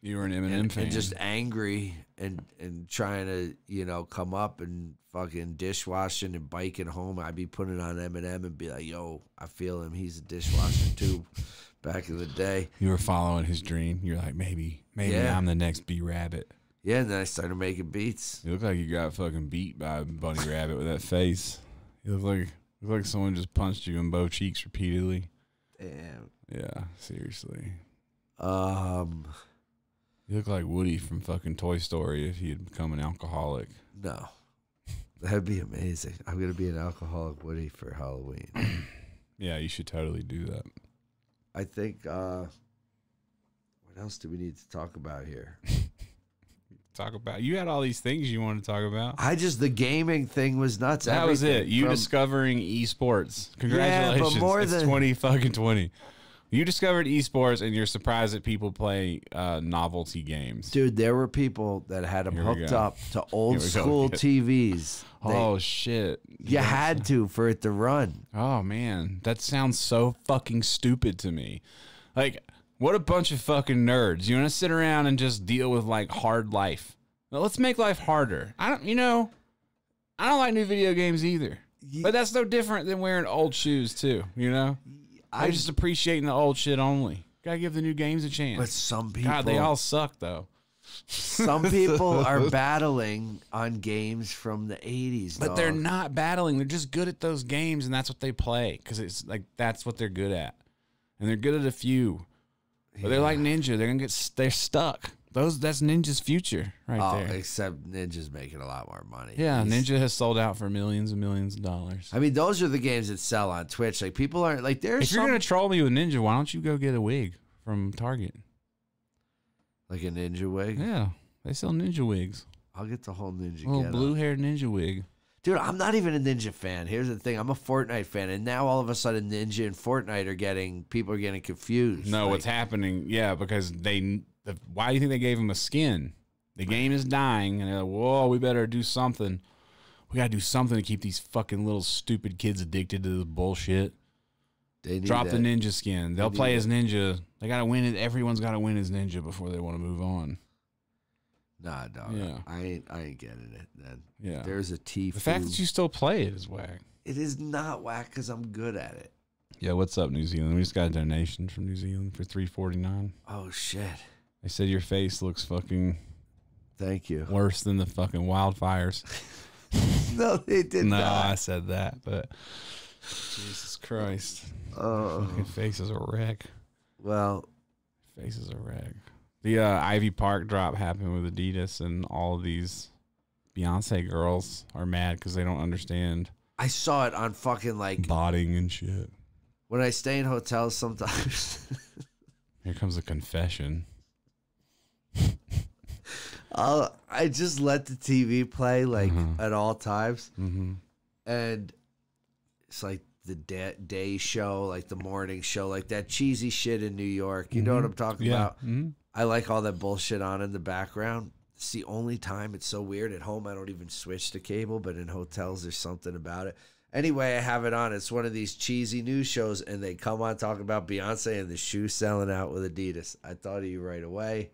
A: You were an Eminem
B: and,
A: fan.
B: and just angry and and trying to you know come up and fucking dishwashing and biking home. I'd be putting on Eminem and be like, "Yo, I feel him. He's a dishwasher too." Back in the day,
A: you were following his dream. You're like, maybe, maybe
B: Yeah.
A: I'm the next B Rabbit.
B: yeah. And then I started making beats.
A: You look like you got fucking beat by Bunny Rabbit with that face. You look like look like someone just punched you in both cheeks repeatedly.
B: Damn.
A: Yeah, seriously.
B: Um,
A: You look like Woody from fucking Toy Story if he had become an alcoholic.
B: no, that'd be amazing. I'm gonna be an alcoholic Woody for Halloween.
A: Yeah, you should totally do that.
B: I think. uh What else do we need to talk about here?
A: Talk about you had all these things you wanted to talk about.
B: I just the gaming thing was nuts.
A: that was it.
B: Everything
A: You
B: from-
A: discovering esports.
B: Yeah, but
A: Congratulations.
B: more
A: it's
B: than-
A: twenty fucking twenty. You discovered esports and you're surprised that people play uh, novelty games.
B: dude. There were people that had them
A: Here we
B: hooked
A: go.
B: up to old
A: Here we go.
B: school TVs. They-
A: oh shit.
B: you had to for it to run.
A: Oh man, that sounds so fucking stupid to me. Like, what a bunch of fucking nerds. You want to sit around and just deal with like hard life. Now, let's make life harder. I don't, you know, I don't like new video games either. But that's no different than wearing old shoes too. You know, I,
B: I-
A: am just appreciating the old shit only. Gotta give the new games a chance.
B: But some people,
A: God, they all suck though.
B: some people are battling on games from the '80s.
A: But they're
B: dog.
A: not battling. They're just good at those games, and that's what they play because it's like that's what they're good at, and they're good at a few. But they're like ninja. They're gonna get s- they're stuck. Those that's ninja's future right
B: Oh,
A: there.
B: except Ninja's making a lot more money.
A: yeah,
B: He's-
A: ninja has sold out for millions and millions of dollars.
B: I mean, those are the games that sell on Twitch. Like people aren't like there's
A: If you're
B: some-
A: gonna troll me with ninja, why don't you go get a wig from Target?
B: like a ninja wig.
A: Yeah, they sell ninja wigs.
B: I'll get the whole ninja.
A: little
B: getup.
A: blue haired ninja wig.
B: Dude, I'm not even a Ninja fan. Here's the thing: I'm a Fortnite fan, and now all of a sudden, Ninja and Fortnite are getting people are getting confused.
A: No,
B: like,
A: what's happening? Yeah, because they. The, why do you think they gave him a skin? The game is dying, and they're like, "Whoa, we better do something. We gotta do something to keep these fucking little stupid kids addicted to this bullshit."
B: they need
A: Drop the
B: that.
A: ninja skin. They'll
B: They do
A: play
B: that.
A: as ninja. They gotta win it. Everyone's gotta win as ninja before they want to move on.
B: Nah, dog.
A: Yeah.
B: I ain't. I ain't getting it. Then
A: Yeah,
B: there's a T.
A: the fact that you still play it is whack.
B: it is not whack because I'm good at it.
A: Yeah, what's up, New Zealand? We just got a donation from New Zealand for three forty nine.
B: Oh shit!
A: They said your face looks fucking
B: Thank you.
A: worse than the fucking wildfires.
B: No, they did
A: no, I
B: not.
A: said that, but Jesus Christ,
B: Oh
A: fucking face is a wreck.
B: well,
A: Face is a wreck. The uh, Ivy Park drop happened with Adidas, and all of these Beyonce girls are mad because they don't understand
B: I saw it on fucking like
A: botting and shit.
B: when I stay in hotels sometimes.
A: Here comes a confession.
B: I'll, I just let the TV play like
A: Mhm.
B: at all times.
A: Mm-hmm.
B: and it's like the da- day show, like the morning show, like that cheesy shit in New York. You know what I'm talking
A: Yeah,
B: about?
A: Mhm.
B: I like all that bullshit on in the background. It's the only time it's so weird. At home, I don't even switch to cable, but in hotels, there's something about it. Anyway, I have it on. It's one of these cheesy news shows, and they come on talking about Beyonce and the shoe selling out with Adidas. I thought of you right away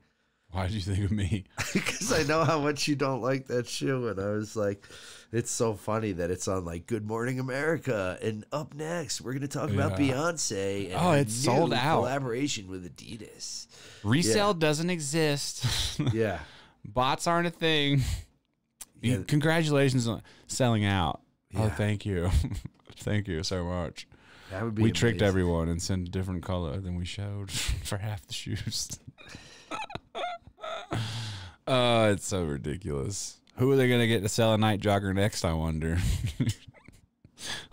A: why did you think of me?
B: because I know how much you don't like that shoe. And I was like, it's so funny that it's on like Good Morning America. And up next, we're going to talk about
A: Yeah.
B: Beyonce. And
A: Oh,
B: her
A: it's sold
B: new
A: out.
B: Collaboration with Adidas.
A: Resale doesn't exist.
B: Yeah.
A: Bots aren't a thing.
B: Yeah.
A: Congratulations on selling out. Oh,
B: Yeah.
A: thank you, thank you so much.
B: That would be
A: we tricked
B: amazing.
A: everyone and sent a different color than we showed for half the shoes. uh, it's so ridiculous. Who are they gonna get to sell a night jogger next? I wonder.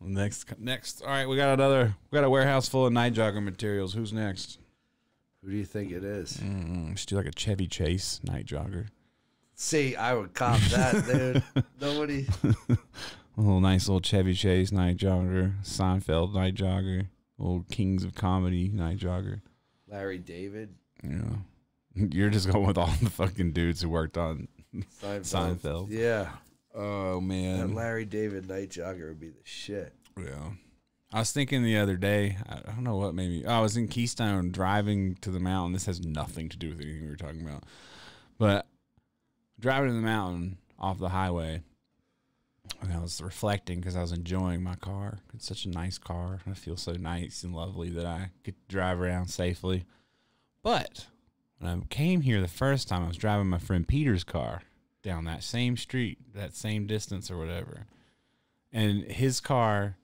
A: next, next. All right, we got another. We got a warehouse full of night jogger materials. Who's next?
B: Who do you think it is?
A: Mm, let's do like a Chevy Chase night jogger.
B: See, I would cop that, dude. Nobody.
A: A little nice little Chevy Chase night jogger, Seinfeld night jogger, old Kings of Comedy night jogger.
B: Larry David.
A: Yeah. You're just going with all the fucking dudes who worked on.
B: Seinfeld.
A: Seinfeld.
B: Yeah.
A: Oh
B: That
A: man.
B: Larry David night jogger would be the shit.
A: Yeah. I was thinking the other day. I I don't know what made me. oh, I was in Keystone driving to the mountain. This has nothing to do with anything we were talking about, but driving to the mountain off the highway, and I was reflecting because I was enjoying my car. It's such a nice car. I feel so nice and lovely that I get to drive around safely. But when I came here the first time, I was driving my friend Peter's car down that same street, that same distance or whatever. And his car,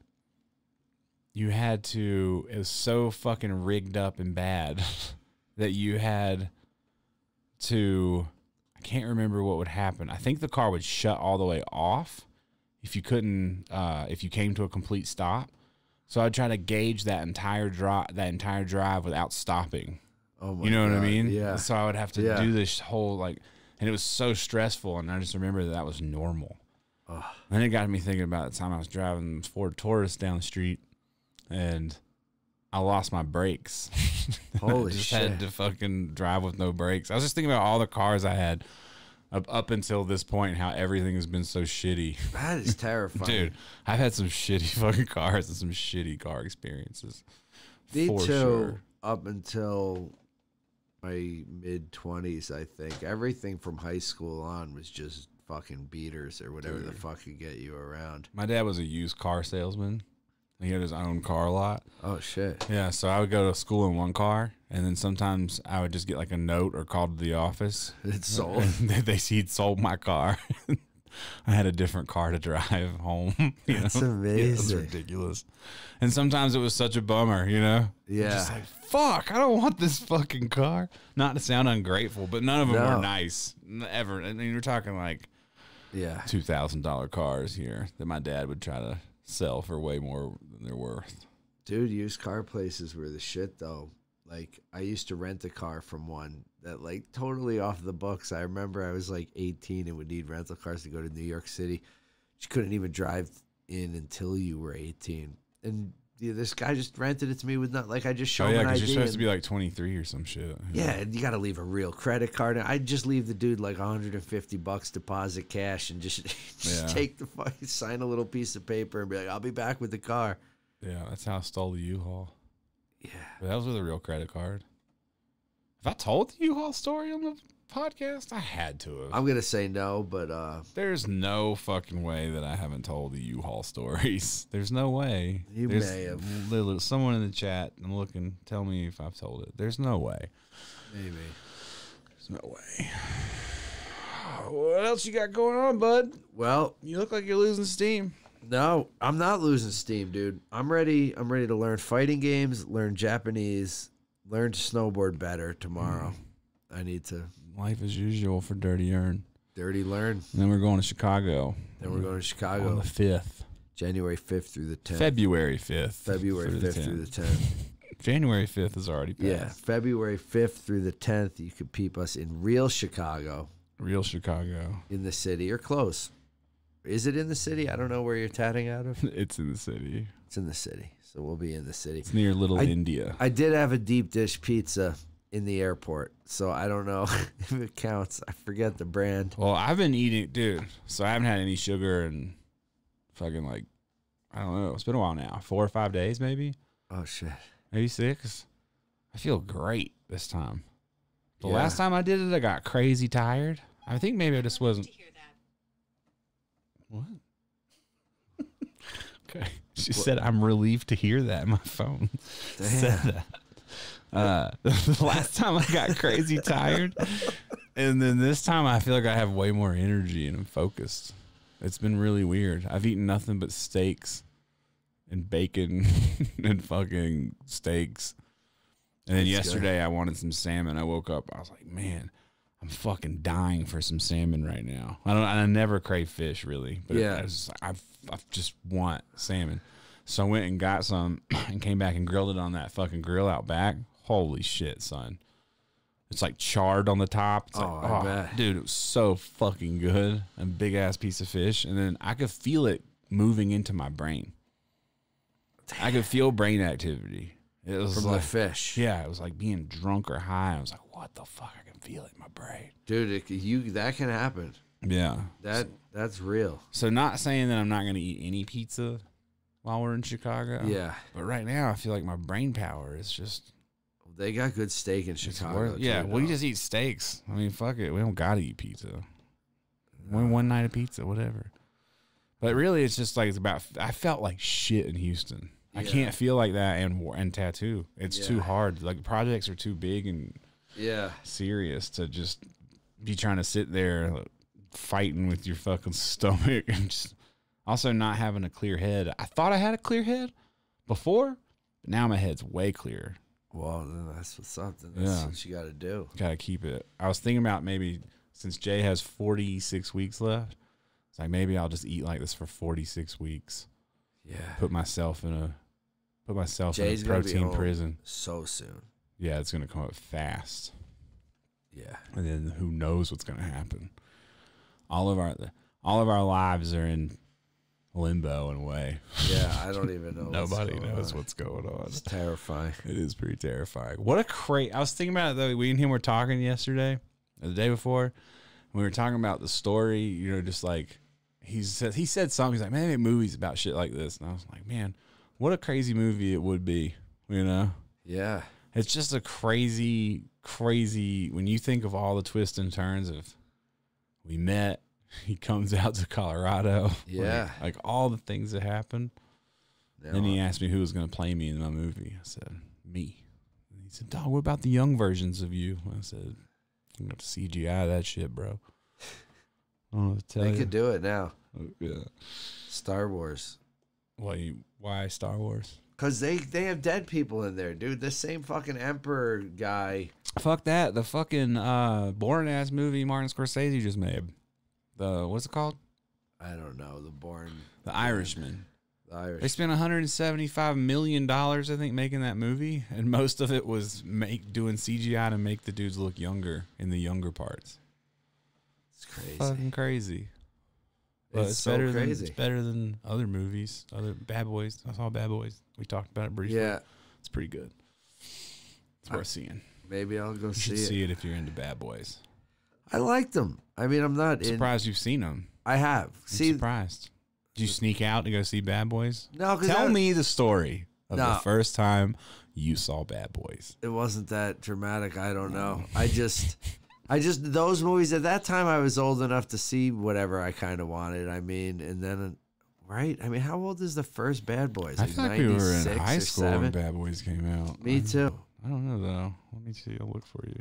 A: you had to, it was so fucking rigged up and bad that you had to, I can't remember what would happen. I think the car would shut all the way off if you couldn't, uh, if you came to a complete stop. So I try to gauge that entire drive, that entire drive without stopping.
B: Oh my
A: You know what I
B: God,
A: mean?
B: Yeah.
A: So I would have to
B: Yeah.
A: do this whole like, and it was so stressful. And I just remember that that was normal.
B: Ugh.
A: And it got me thinking about the time I was driving the Ford Taurus down the street, and I lost my brakes.
B: Holy
A: I just
B: shit.
A: Had to fucking drive with no brakes. I was just thinking about all the cars I had up up until this point, how everything has been so shitty.
B: That is terrifying.
A: Dude, I've had some shitty fucking cars and some shitty car experiences.
B: Me
A: for
B: too.
A: sure.
B: Up until my mid twenties, I think everything from high school on was just fucking beaters or whatever the
A: Dude.
B: fuck could get you around.
A: My dad was a used car salesman. He had his own car lot.
B: Oh shit.
A: Yeah, so I would go to school in one car, and then sometimes I would just get like a note or called to the office.
B: It's sold.
A: And they, they he'd sold my car. I had a different car to drive home. you
B: That's
A: know? Yeah, it was
B: amazing.
A: ridiculous. And sometimes it was such a bummer, you know?
B: Yeah.
A: Just like, fuck, I don't want this fucking car. Not to sound ungrateful, but none of them
B: No.
A: were nice. n- Ever. I mean, you're talking like
B: yeah.
A: $2,000 cars here that my dad would try to sell for way more than they're worth.
B: Dude, used car places were the shit though. Like I used to rent a car from one that like totally off the books. I remember I was like 18 and would need rental cars to go to New York City. You couldn't even drive in until you were 18. And yeah, this guy just rented it to me with not like I just showed
A: oh,
B: him
A: yeah,
B: an
A: because you're
B: ID.
A: supposed to
B: and-
A: be like 23 or some shit.
B: yeah, and you got to leave a real credit card. I would just leave the dude like 150 bucks deposit cash and just, just
A: Yeah.
B: take the fucking sign a little piece of paper and be like, I'll be back with the car.
A: Yeah, that's how I stole the U-Haul.
B: Yeah.
A: But that was with a real credit card. Have I told the U-Haul story on the podcast? I had to have.
B: I'm gonna say no, but uh,
A: There's no fucking way that I haven't told the U-Haul stories. There's no way.
B: You
A: There's
B: may have.
A: literally- someone in the chat. I'm looking. Tell me if I've told it. There's no way.
B: maybe.
A: There's no way. What else you got going on, bud?
B: Well,
A: You look like you're losing steam.
B: no, I'm not losing steam, dude. I'm ready. I'm ready to learn fighting games, learn Japanese, learn to snowboard better tomorrow.
A: Mm-hmm.
B: I need to
A: Life as usual for Dirty Earn.
B: dirty learn.
A: And then we're going to Chicago
B: Then we're going to
A: Mm-hmm. on
B: Chicago,
A: the fifth,
B: January 5th through the 10th.
A: February fifth,
B: February 5th through the 10th.
A: January fifth is already passed.
B: Yeah, Uh, February 5th through the 10th, you could peep us in real Chicago,
A: Real Chicago.
B: in the city or close. Is it in the city? I don't know where you're tatting out of.
A: It's in the city.
B: It's in the city, so we'll be in the city.
A: It's near Little
B: I-
A: India.
B: I did have a deep dish pizza in the airport, so I don't know if it counts. I forget the brand.
A: Well, I've been eating, dude. So I haven't had any sugar and fucking like, I don't know. It's been a while now. Four or five days, maybe,
B: Oh shit!
A: maybe six. I feel great this time. The
B: Yeah.
A: last time I did it, I got crazy tired. I think maybe I just wasn't. What? okay. She said, "I'm relieved to hear that." My phone said that. Uh, the last time I got crazy tired, and then this time I feel like I have way more energy and I'm focused. It's been really weird. I've eaten nothing but steaks and bacon and fucking steaks. And then
B: That's good.
A: yesterday I wanted some salmon. I woke up. I was like, man, I'm fucking dying for some salmon right now. I don't. I never crave fish really, but
B: Yeah.
A: I, was just, I, I just want salmon. So I went and got some and came back and grilled it on that fucking grill out back. Holy shit, son! It's like charred on the top. It's like,
B: Oh, I
A: oh,
B: bet.
A: dude, it was so fucking good. A big ass piece of fish, and then I could feel it moving into my brain. I could feel brain activity. It was
B: From
A: like,
B: the fish,
A: yeah, it was like being drunk or high. I was like, what the fuck? I can feel it in my brain.
B: dude. It, you that can happen.
A: Yeah.
B: That that's real.
A: So not saying that I'm not gonna eat any pizza while we're in Chicago.
B: Yeah,
A: But right now I feel like my brain power is just
B: they got good steak in
A: it's
B: Chicago.
A: worth- yeah,
B: too,
A: we
B: though.
A: just eat steaks. I mean, fuck it. We don't gotta eat pizza. One one night of pizza, whatever. But really, it's just like it's about. I felt like shit in Houston. I
B: Yeah.
A: can't feel like that and war- and tattoo. It's too
B: Yeah.
A: hard. Like projects are too big and
B: yeah.
A: serious to just be trying to sit there fighting with your fucking stomach and just also not having a clear head. I thought I had a clear head before, but now my head's way clearer.
B: Well, then that's what's up. Then that's
A: Yeah.
B: what you got to do.
A: Gotta keep it. I was thinking about maybe since Jay has 46 weeks left, it's like maybe I'll just eat like this for 46 weeks,
B: Yeah.
A: put myself in a Put myself
B: Jay's
A: in a
B: gonna be
A: protein
B: home.
A: prison.
B: so soon.
A: Yeah, it's gonna come up fast,
B: Yeah.
A: and then who knows what's gonna happen? All of our all of our lives are in limbo in a way.
B: Yeah, I don't even know. what's
A: Nobody
B: going
A: knows
B: on.
A: what's going on.
B: It's terrifying.
A: It is pretty terrifying. What a crazy. I was thinking about it though. We and him were talking yesterday, or the day before. We were talking about the story. You know, just like he said, he said something. He's like, man, they make movies about shit like this, and I was like, man, what a crazy movie it would be. You know,
B: Yeah.
A: it's just a crazy, crazy. When you think of all the twists and turns of, we met. He comes out to Colorado. like-
B: Yeah.
A: like all the things that happen.
B: Now
A: Then he
B: I'm-
A: asked me who was going to play me in my movie. I said, me. And he said, dog, what about the young versions of you? I said, I'm going to CGI that shit, bro. I don't know what to tell
B: they
A: you. Oh,
B: could do it now.
A: yeah.
B: Star Wars.
A: Why, you- why Star Wars?
B: Cause they they have dead people in there, dude. The same fucking emperor guy.
A: Fuck that. The fucking uh, boring ass movie Martin Scorsese just made. The, what's it called?
B: I don't know the born
A: The Irishman.
B: the Irish.
A: They spent 175 million dollars, I think, making that movie, and most of it was make doing CGI to make the dudes look younger in the younger parts.
B: It's crazy.
A: fucking crazy. But
B: it's,
A: it's,
B: so
A: better than
B: crazy.
A: it's better than other movies. Other Bad Boys. I saw Bad Boys. We talked about it briefly.
B: yeah,
A: it's pretty good. It's worth seeing.
B: maybe I'll go
A: You
B: see
A: should
B: it.
A: see it if you're into Bad Boys.
B: I liked them. I mean, I'm not
A: I'm
B: in.
A: surprised you've seen them.
B: I have
A: I'm
B: see
A: surprised. Did you sneak out to go see Bad Boys?
B: no. 'cause
A: Tell
B: that-
A: me the story of
B: No.
A: the first time you saw Bad Boys.
B: it wasn't that dramatic. I don't know. I just, I just those movies at that time I was old enough to see whatever I kind of wanted. I mean, and then right. I mean, how old is the first Bad Boys?
A: I feel like we were in
B: 96
A: high
B: or
A: school when
B: seven?
A: Bad Boys came out.
B: Me
A: I-
B: too.
A: I don't know though. Let me see. I'll look for you.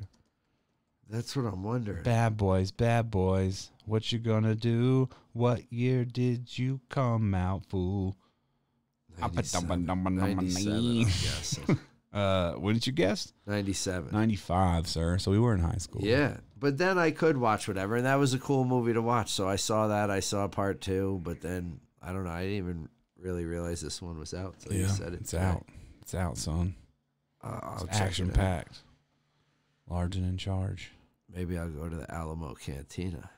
B: That's what I'm wondering.
A: Bad boys, bad boys, what you gonna do? What year did you come out, fool?
B: 97. 97, I'm guessing.
A: Uh, what did you guess?
B: 97.
A: 95, sir. So we were in high school.
B: Yeah, but then I could watch whatever, and that was a cool movie to watch. So I saw that. I saw part two, but then I don't know. I didn't even really realize this one was out. So you
A: Yeah,
B: said it
A: it's
B: today.
A: out. It's out, son.
B: Uh, I'll
A: It's
B: check it
A: action
B: out.
A: packed. Large and in charge.
B: Maybe I'll go to the Alamo Cantina.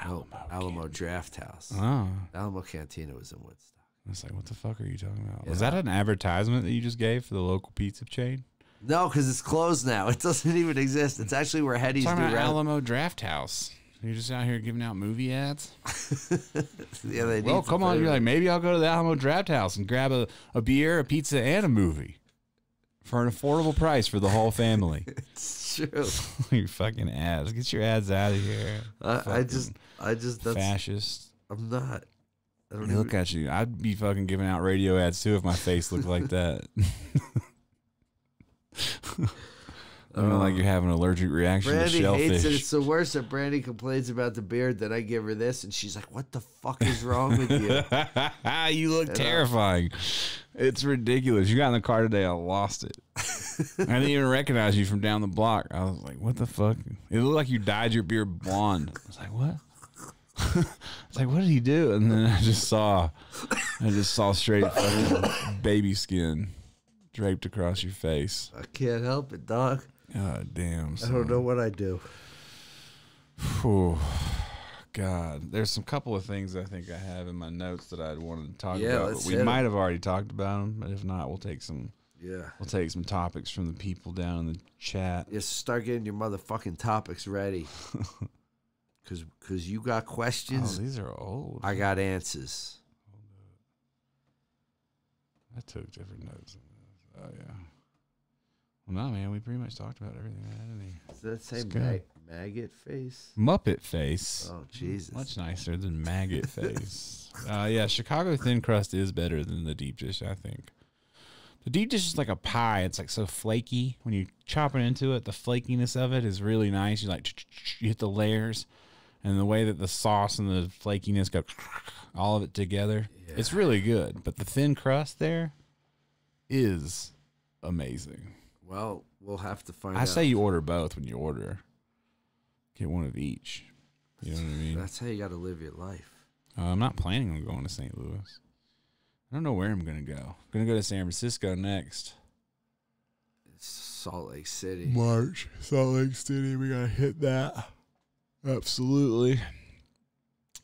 B: Alamo, Alamo
A: Cantina.
B: Draft House.
A: Oh,
B: Alamo Cantina was in Woodstock.
A: I was like, what the fuck are you talking about? Was
B: Yeah.
A: that an advertisement that you just gave for the local pizza chain?
B: No, because it's closed now. It doesn't even exist. It's actually where Hetty's new
A: talking about
B: restaurant.
A: Alamo Draft House. You're just out here giving out movie ads?
B: yeah, they
A: Well,
B: need some
A: come on.
B: food.
A: You're like, maybe I'll go to the Alamo Draft House and grab a, a beer, a pizza, and a movie for an affordable price for the whole family.
B: it's true.
A: you fucking ads. Get your ads out of here.
B: I, I just, I just, that's,
A: Fascist.
B: I'm not. I don't
A: They
B: even,
A: look at you. I'd be fucking giving out radio ads too if my face looked like that. I mean, like you're having an allergic reaction to
B: Brandy
A: shellfish.
B: Uh, hates it. It's the worst that Brandy complains about the beard. Then I give her this, and she's like, "What the fuck is wrong with you?"
A: you
B: uh,
A: look terrifying. It's ridiculous. You got in the car today. I lost it. I didn't even recognize you from down the block. I was like, what the fuck? It looked like you dyed your beard blonde. I was like, what? It's like, what did he do? And then I just saw, I just saw straight fucking baby skin draped across your face.
B: I can't help it, dog.
A: God damn.
B: I don't
A: son.
B: know what I do.
A: Whew. God, there's some couple of things I think I have in my notes that I'd wanted to talk
B: Yeah,
A: about.
B: let's
A: but we
B: hit 'em.
A: might have already talked about them, but if not, we'll take some
B: Yeah.
A: we'll take some topics from the people down in the chat.
B: Just start getting your motherfucking topics ready. Cause, Cause you got
A: Oh,
B: questions,
A: these are old. I,
B: I got answers.
A: took different notes. than this. Oh yeah. Well, no, man, we pretty much talked about everything. I had in the
B: Does that say
A: Let's go.
B: mag- maggot face?
A: Muppet face.
B: Oh Jesus!
A: Much nicer than maggot face. uh, yeah, Chicago thin crust is better than the deep dish, I think. The deep dish is like a pie. It's like so flaky. When you chop it into it, the flakiness of it is really nice. You like you hit the layers, and the way that the sauce and the flakiness go all of it together, it's really good. But the thin crust there is amazing.
B: Well, we'll have to find
A: I
B: out.
A: say you order both when you order. Get one of each. You know what I mean?
B: That's how you got to live your life.
A: Uh, I'm not planning on going to St. Louis. I don't know where I'm gonna go. I'm gonna go to San Francisco next.
B: It's Salt Lake City.
A: March, Salt Lake City. We gotta hit that. Absolutely.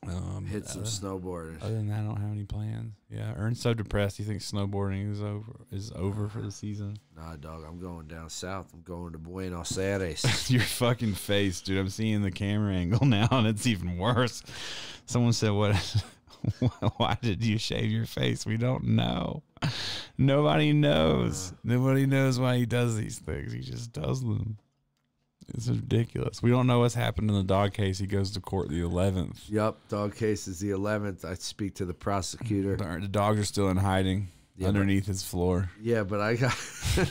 A: Um,
B: Hit some
A: other-
B: snowboarders.
A: Other than that, I don't have any plans. Yeah, Ernst's so depressed. He thinks snowboarding is over is over for the season.
B: Nah, dog. I'm going down south. I'm going to Buenos Aires.
A: Your fucking face, dude. I'm seeing the camera angle now, and it's even worse. Someone said, "What? why did you shave your face? We don't know. Nobody knows. Nobody knows why he does these things. He just does them. It's ridiculous. We don't know what's happened in the dog case. He goes to court the 11th.
B: Yep, dog case is the 11th. I speak to the prosecutor.
A: The the dogs are still in hiding
B: Yeah, but-
A: underneath his floor.
B: Yeah, but I got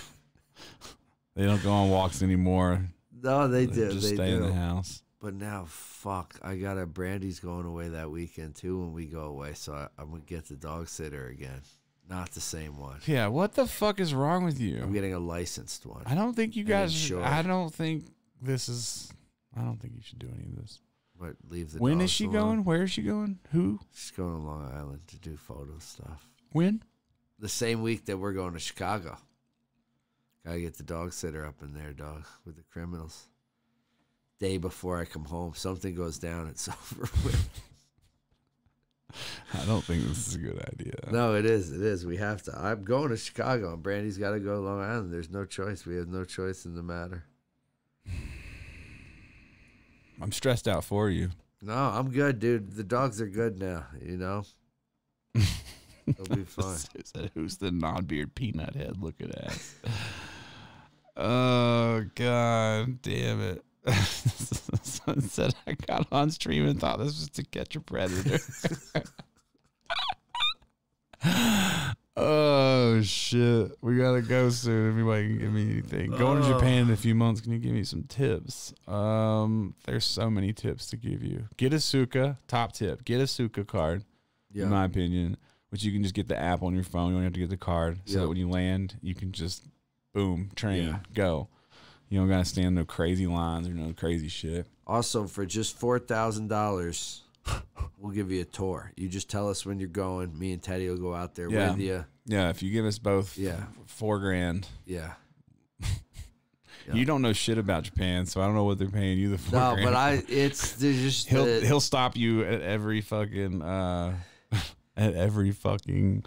A: They don't go on walks anymore.
B: no. They
A: They
B: do.
A: just
B: They
A: stay in the
B: do.
A: house.
B: But now, fuck, I got a Brandy's going away that weekend too when we go away, so I, I'm gonna get the dog sitter again. Not the same one.
A: Yeah, what the fuck is wrong with you?
B: I'm getting a licensed one.
A: I don't think you
B: And
A: guys.
B: insured.
A: I don't think this is. I don't think you should do any of this.
B: But leave the.
A: when is
B: dogs
A: she
B: alone.
A: going? Where is she going? Who?
B: She's going to Long Island to do photo stuff.
A: When?
B: The same week that we're going to Chicago. Gotta get the dog sitter up in there, dog, with the criminals. Day before I come home, something goes down. It's over with.
A: I don't think this is a good idea.
B: No, it is. It is. We have to. I'm going to Chicago, and Brandy's got to go to Long Island. There's no choice. We have no choice in the matter.
A: I'm stressed out for you.
B: No, I'm good, dude. The dogs are good now. You know, it'll be fine.
A: Said, Who's the non-beard peanut head looking at? oh god, damn it! Someone said I got on stream and thought this was to catch a predator. oh shit, we gotta go soon. Everybody can give me anything. Going to Japan in a few months. Can you give me some tips? Um, there's so many tips to give you. Get a Suka top tip. Get a Suka card in
B: Yeah.
A: my opinion, which you can just get the app on your phone. You don't have to get the card. So
B: Yeah.
A: that when you land, you can just boom, train,
B: Yeah.
A: go. You don't gotta stand no crazy lines or no crazy shit.
B: Also, for just four thousand dollars, we'll give you a tour. You just tell us when you're going. Me and Teddy will go out there
A: Yeah.
B: with you.
A: Yeah, if you give us both
B: Yeah.
A: four grand.
B: Yeah. Yeah.
A: You don't know shit about Japan, so I don't know what they're paying you the four
B: No,
A: grand.
B: but I. It's there's just
A: he'll
B: the-
A: he'll stop you at every fucking uh at every fucking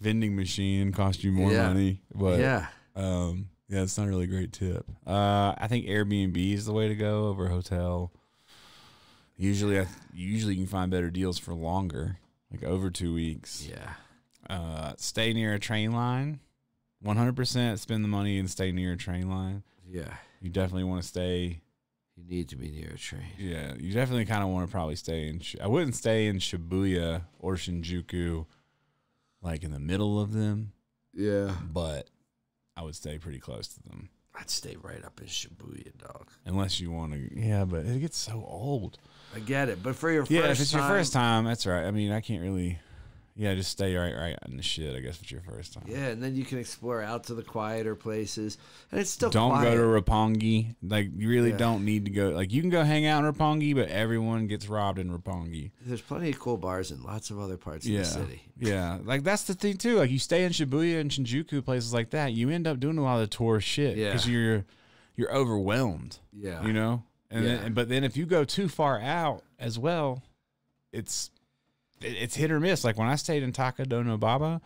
A: vending machine, cost you more
B: Yeah.
A: money. But
B: yeah.
A: Um, yeah, it's not a really great tip. Uh, I think Airbnb is the way to go over hotel. Usually, I usually you can find better deals for longer, like over two weeks.
B: Yeah.
A: Uh, stay near a train line. One hundred percent, spend the money and stay near a train line.
B: Yeah.
A: You definitely want to stay.
B: You need to be near a train.
A: Yeah, you definitely kind of want to probably stay in. Shi- I wouldn't stay in Shibuya or Shinjuku, like in the middle of them,
B: Yeah.
A: but I would stay pretty close to them.
B: I'd stay right up in Shibuya, dog.
A: Unless you want to, yeah, but it gets so old.
B: I get it, but for your
A: yeah,
B: first
A: if it's
B: time,
A: your first time, that's right. I mean, I can't really, yeah, just stay right, right in the shit. I guess if it's your first time.
B: yeah, and then you can explore out to the quieter places, and it's still
A: Don't
B: quiet.
A: go to Rapongi. Like you really
B: Yeah.
A: don't need to go. Like you can go hang out in Rapongi, but everyone gets robbed in Rapongi.
B: There's plenty of cool bars in lots of other parts
A: Yeah,
B: of the city.
A: yeah. Like that's the thing too. Like you stay in Shibuya and Shinjuku places like that, you end up doing a lot of tourist shit
B: Yeah.
A: because you're you're overwhelmed.
B: Yeah,
A: you know and
B: Yeah.
A: then, but then if you go too far out as well it's it- it's hit or miss like when i stayed in takadono baba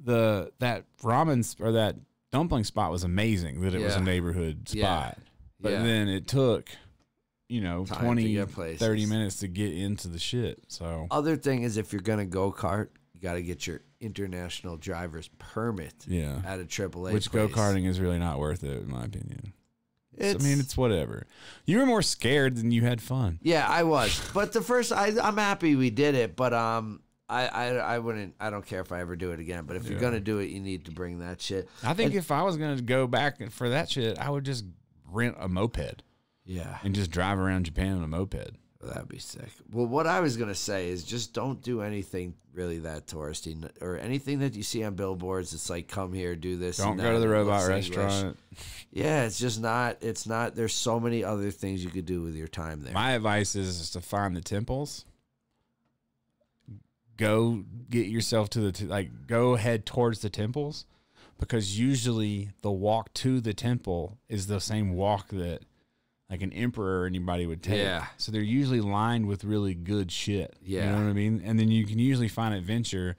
A: the that ramen sp- or that dumpling spot was amazing that it was a
B: Yeah.
A: neighborhood spot
B: Yeah.
A: but
B: yeah.
A: then it took you know
B: Time to
A: 20
B: get places.
A: 30 minutes to get into the shit so
B: other thing is if you're gonna go kart, you got to get your international driver's permit
A: yeah
B: at a AAA.
A: which go
B: place.
A: karting is really not worth it in my opinion It's-
B: It's,
A: i mean it's whatever you were more scared than you had fun
B: yeah, I was, but the first I, I'm happy we did it, but um. I, I, I wouldn't I don't care if I ever do it again, but if you're
A: Yeah.
B: gonna do it, you need to bring that shit.
A: I think if I was gonna go back for that shit, I would just rent a moped
B: Yeah,
A: and just drive around Japan on a moped.
B: That'd be sick. Well, what I was gonna say is just don't do anything really that touristy n- or anything that you see on billboards. It's like come here, do this.
A: Don't
B: and
A: go
B: that,
A: to the
B: and it
A: robot
B: looks English.
A: restaurant.
B: Yeah, it's just not. It's not. There's so many other things you could do with your time there.
A: My advice is, is to find the temples, go get yourself to the t- like go head towards the temples because usually the walk to the temple is the same walk that like an emperor or anybody would take.
B: Yeah.
A: So they're usually lined with really good shit. You
B: Yeah.
A: know what I mean? And then you can usually find adventure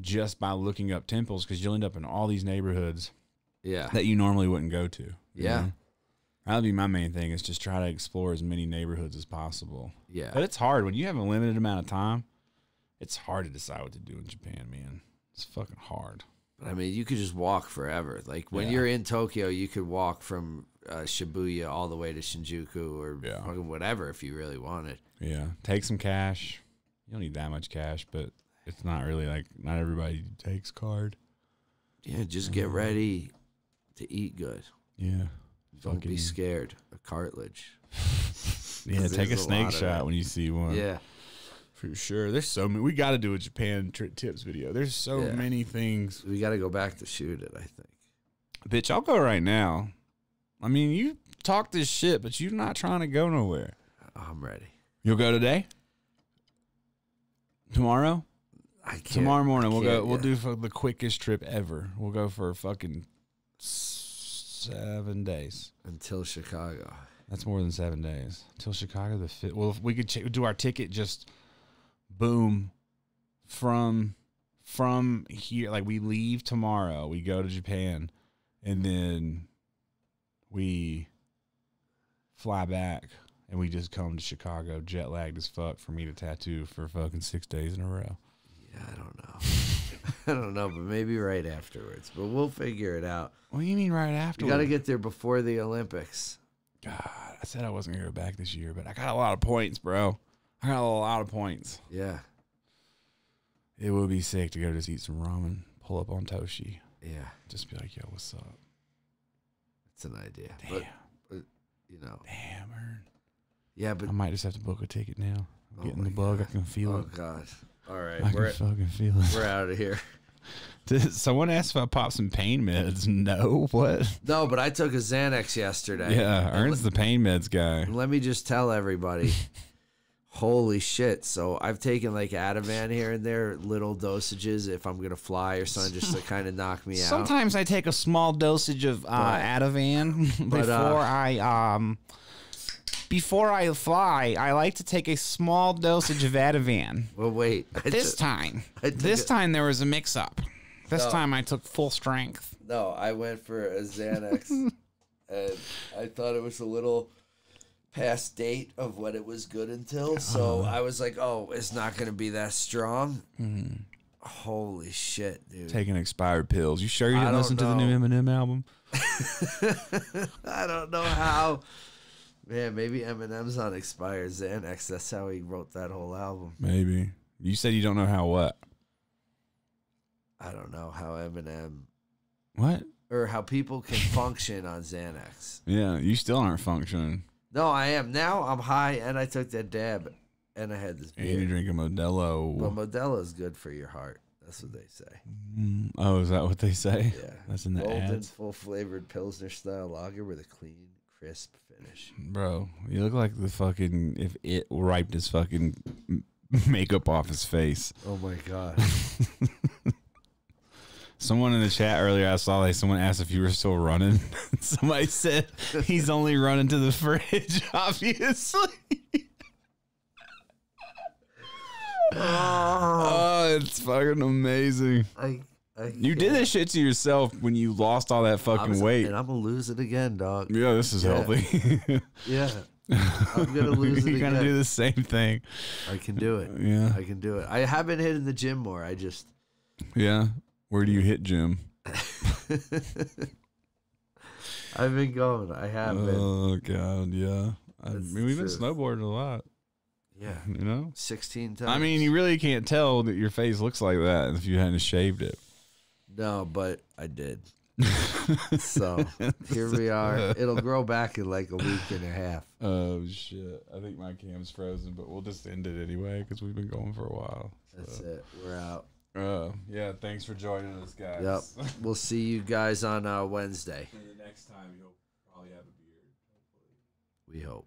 A: just by looking up temples because you'll end up in all these neighborhoods
B: Yeah.
A: that you normally wouldn't go to. you
B: Yeah.
A: know? That'd be my main thing is just try to explore as many neighborhoods as possible. But
B: Yeah.
A: it's hard when you have a limited amount of time. It's hard to decide what to do in Japan, man. It's fucking hard.
B: But I mean, you could just walk forever. Like when
A: Yeah.
B: you're in Tokyo, you could walk from uh, Shibuya all the way to Shinjuku or
A: Yeah.
B: fucking whatever if you really wanted.
A: Yeah. Take some cash. You don't need that much cash, but it's not really like not everybody takes card.
B: Yeah, just get
A: Mm-hmm.
B: ready to eat good.
A: Yeah.
B: Don't
A: Fucking-
B: be scared of cartilage.
A: Yeah,
B: 'Cause
A: take a
B: there's a
A: snake
B: lot of
A: shot
B: it.
A: when you see one.
B: Yeah.
A: For sure. There's so many. We got to do a Japan tri- tips video. There's so
B: Yeah.
A: many things.
B: We got to go back to shoot it, I think.
A: Bitch, I'll go right now. I mean, you talk this shit, but you're not trying to go nowhere.
B: I'm ready.
A: You'll go today? Tomorrow?
B: I can't.
A: Tomorrow morning
B: I
A: we'll go.
B: can't,
A: We'll
B: yeah.
A: do for the quickest trip ever. We'll go for fucking s- seven days.
B: Until Chicago.
A: That's more than seven days till Chicago. The fifth. Well, if we could ch- do our ticket just boom from from here. Like we leave tomorrow. We go to Japan, and then we fly back. And we just come to Chicago, jet lagged as fuck, for me to tattoo for fucking six days in a row.
B: Yeah, I don't know.
E: I
B: I don't know, but maybe right afterwards. But we'll figure it out.
A: What do you mean right after?
B: We got to get there before the Olympics.
A: God, I said I wasn't gonna go back this year, but I got a lot of points, bro. I got a lot of points.
B: Yeah.
A: It would be sick to go just eat some ramen, pull up on Toshi,
B: Yeah.
A: just be like, "Yo, what's up?"
B: It's an idea.
A: Damn,
B: But, you know.
A: damn, Ern.
B: Yeah, but
A: I might just have to book a ticket now. I'm
B: Oh
A: getting the
B: my
A: bug.
B: God.
A: I can feel
B: oh
A: it.
B: god. All right,
A: I can
B: we're
A: fucking feel
B: we're out of here.
A: it. Someone asked if I pop some pain meds. No, what?
B: No, but I took a Xanax yesterday.
A: Yeah, Ern's the pain meds guy.
B: And let me just tell everybody. Holy shit. So I've taken like Ativan here and there, little dosages if I'm going to fly or something just to kind of knock me out.
F: Sometimes I take a small dosage of uh,
B: But-
F: Ativan
B: but, uh,
F: before I um before I fly. I like to take a small dosage of Ativan.
B: Well, wait. I
F: This
B: took-
F: time,
B: I took
F: this
B: a-
F: time there was a mix-up. This
B: No.
F: time I took full strength.
B: No, I went for a Xanax, and I thought it was a little past date of what it was good until. So I was like, "Oh, it's not going to be that strong." Holy shit, dude!
A: Taking expired pills. You sure you
B: I
A: didn't
B: don't
A: listen to the new Eminem album?
B: I don't know how. Man, maybe Eminem's on expired Xanax. That's how he wrote that whole album.
A: Maybe. You said you don't know how what?
B: I don't know how Eminem
A: What?
B: or how people can function on Xanax.
A: Yeah, you still aren't functioning.
B: No, I am now. I'm high, and I took that dab, and I had this
A: And you
B: beer.
A: drink a Modelo.
B: But Modelo is good for your heart. That's what they say.
A: Mm, oh, is that what they say?
B: Yeah.
A: That's in the
B: Rolled in
A: ads.
B: full flavored Pilsner style lager with a clean, crisp finish.
A: Bro, you look like the fucking if it wiped his fucking m- makeup off his face.
B: Oh my God.
A: Someone in the chat earlier, I saw like someone asked if you were still running. Somebody said he's only running to the fridge, obviously. oh, it's fucking amazing.
B: I, I
A: You did this shit to yourself when you lost all that
B: I'm,
A: fucking weight.
B: And I'm going to lose it again, dog.
A: Yeah, this is
B: Yeah.
A: healthy.
B: Yeah. I'm going to lose it
A: You're gonna
B: again.
A: do the same thing.
B: I can do it.
A: Yeah,
B: I can do it. I have been hitting the gym more. I just.
A: yeah. Where do you hit, Jim?
B: I've been going. I have been.
A: Oh God, yeah. I
B: That's
A: mean, we've
B: the
A: been
B: truth.
A: snowboarding a lot,
B: Yeah.
A: you know.
B: 16 times.
A: I mean, you really can't tell that your face looks like that if you hadn't shaved it.
B: No, but I did. so here we are. It'll grow back in like a week and a half.
A: Oh shit! I think my cam's frozen, but we'll just end it anyway because we've been going for a while.
B: That's it. We're out.
A: Uh, yeah. Thanks for joining us, guys.
B: Yep. We'll see you guys on uh, Wednesday.
A: the next time you'll probably have a beard.
B: We hope.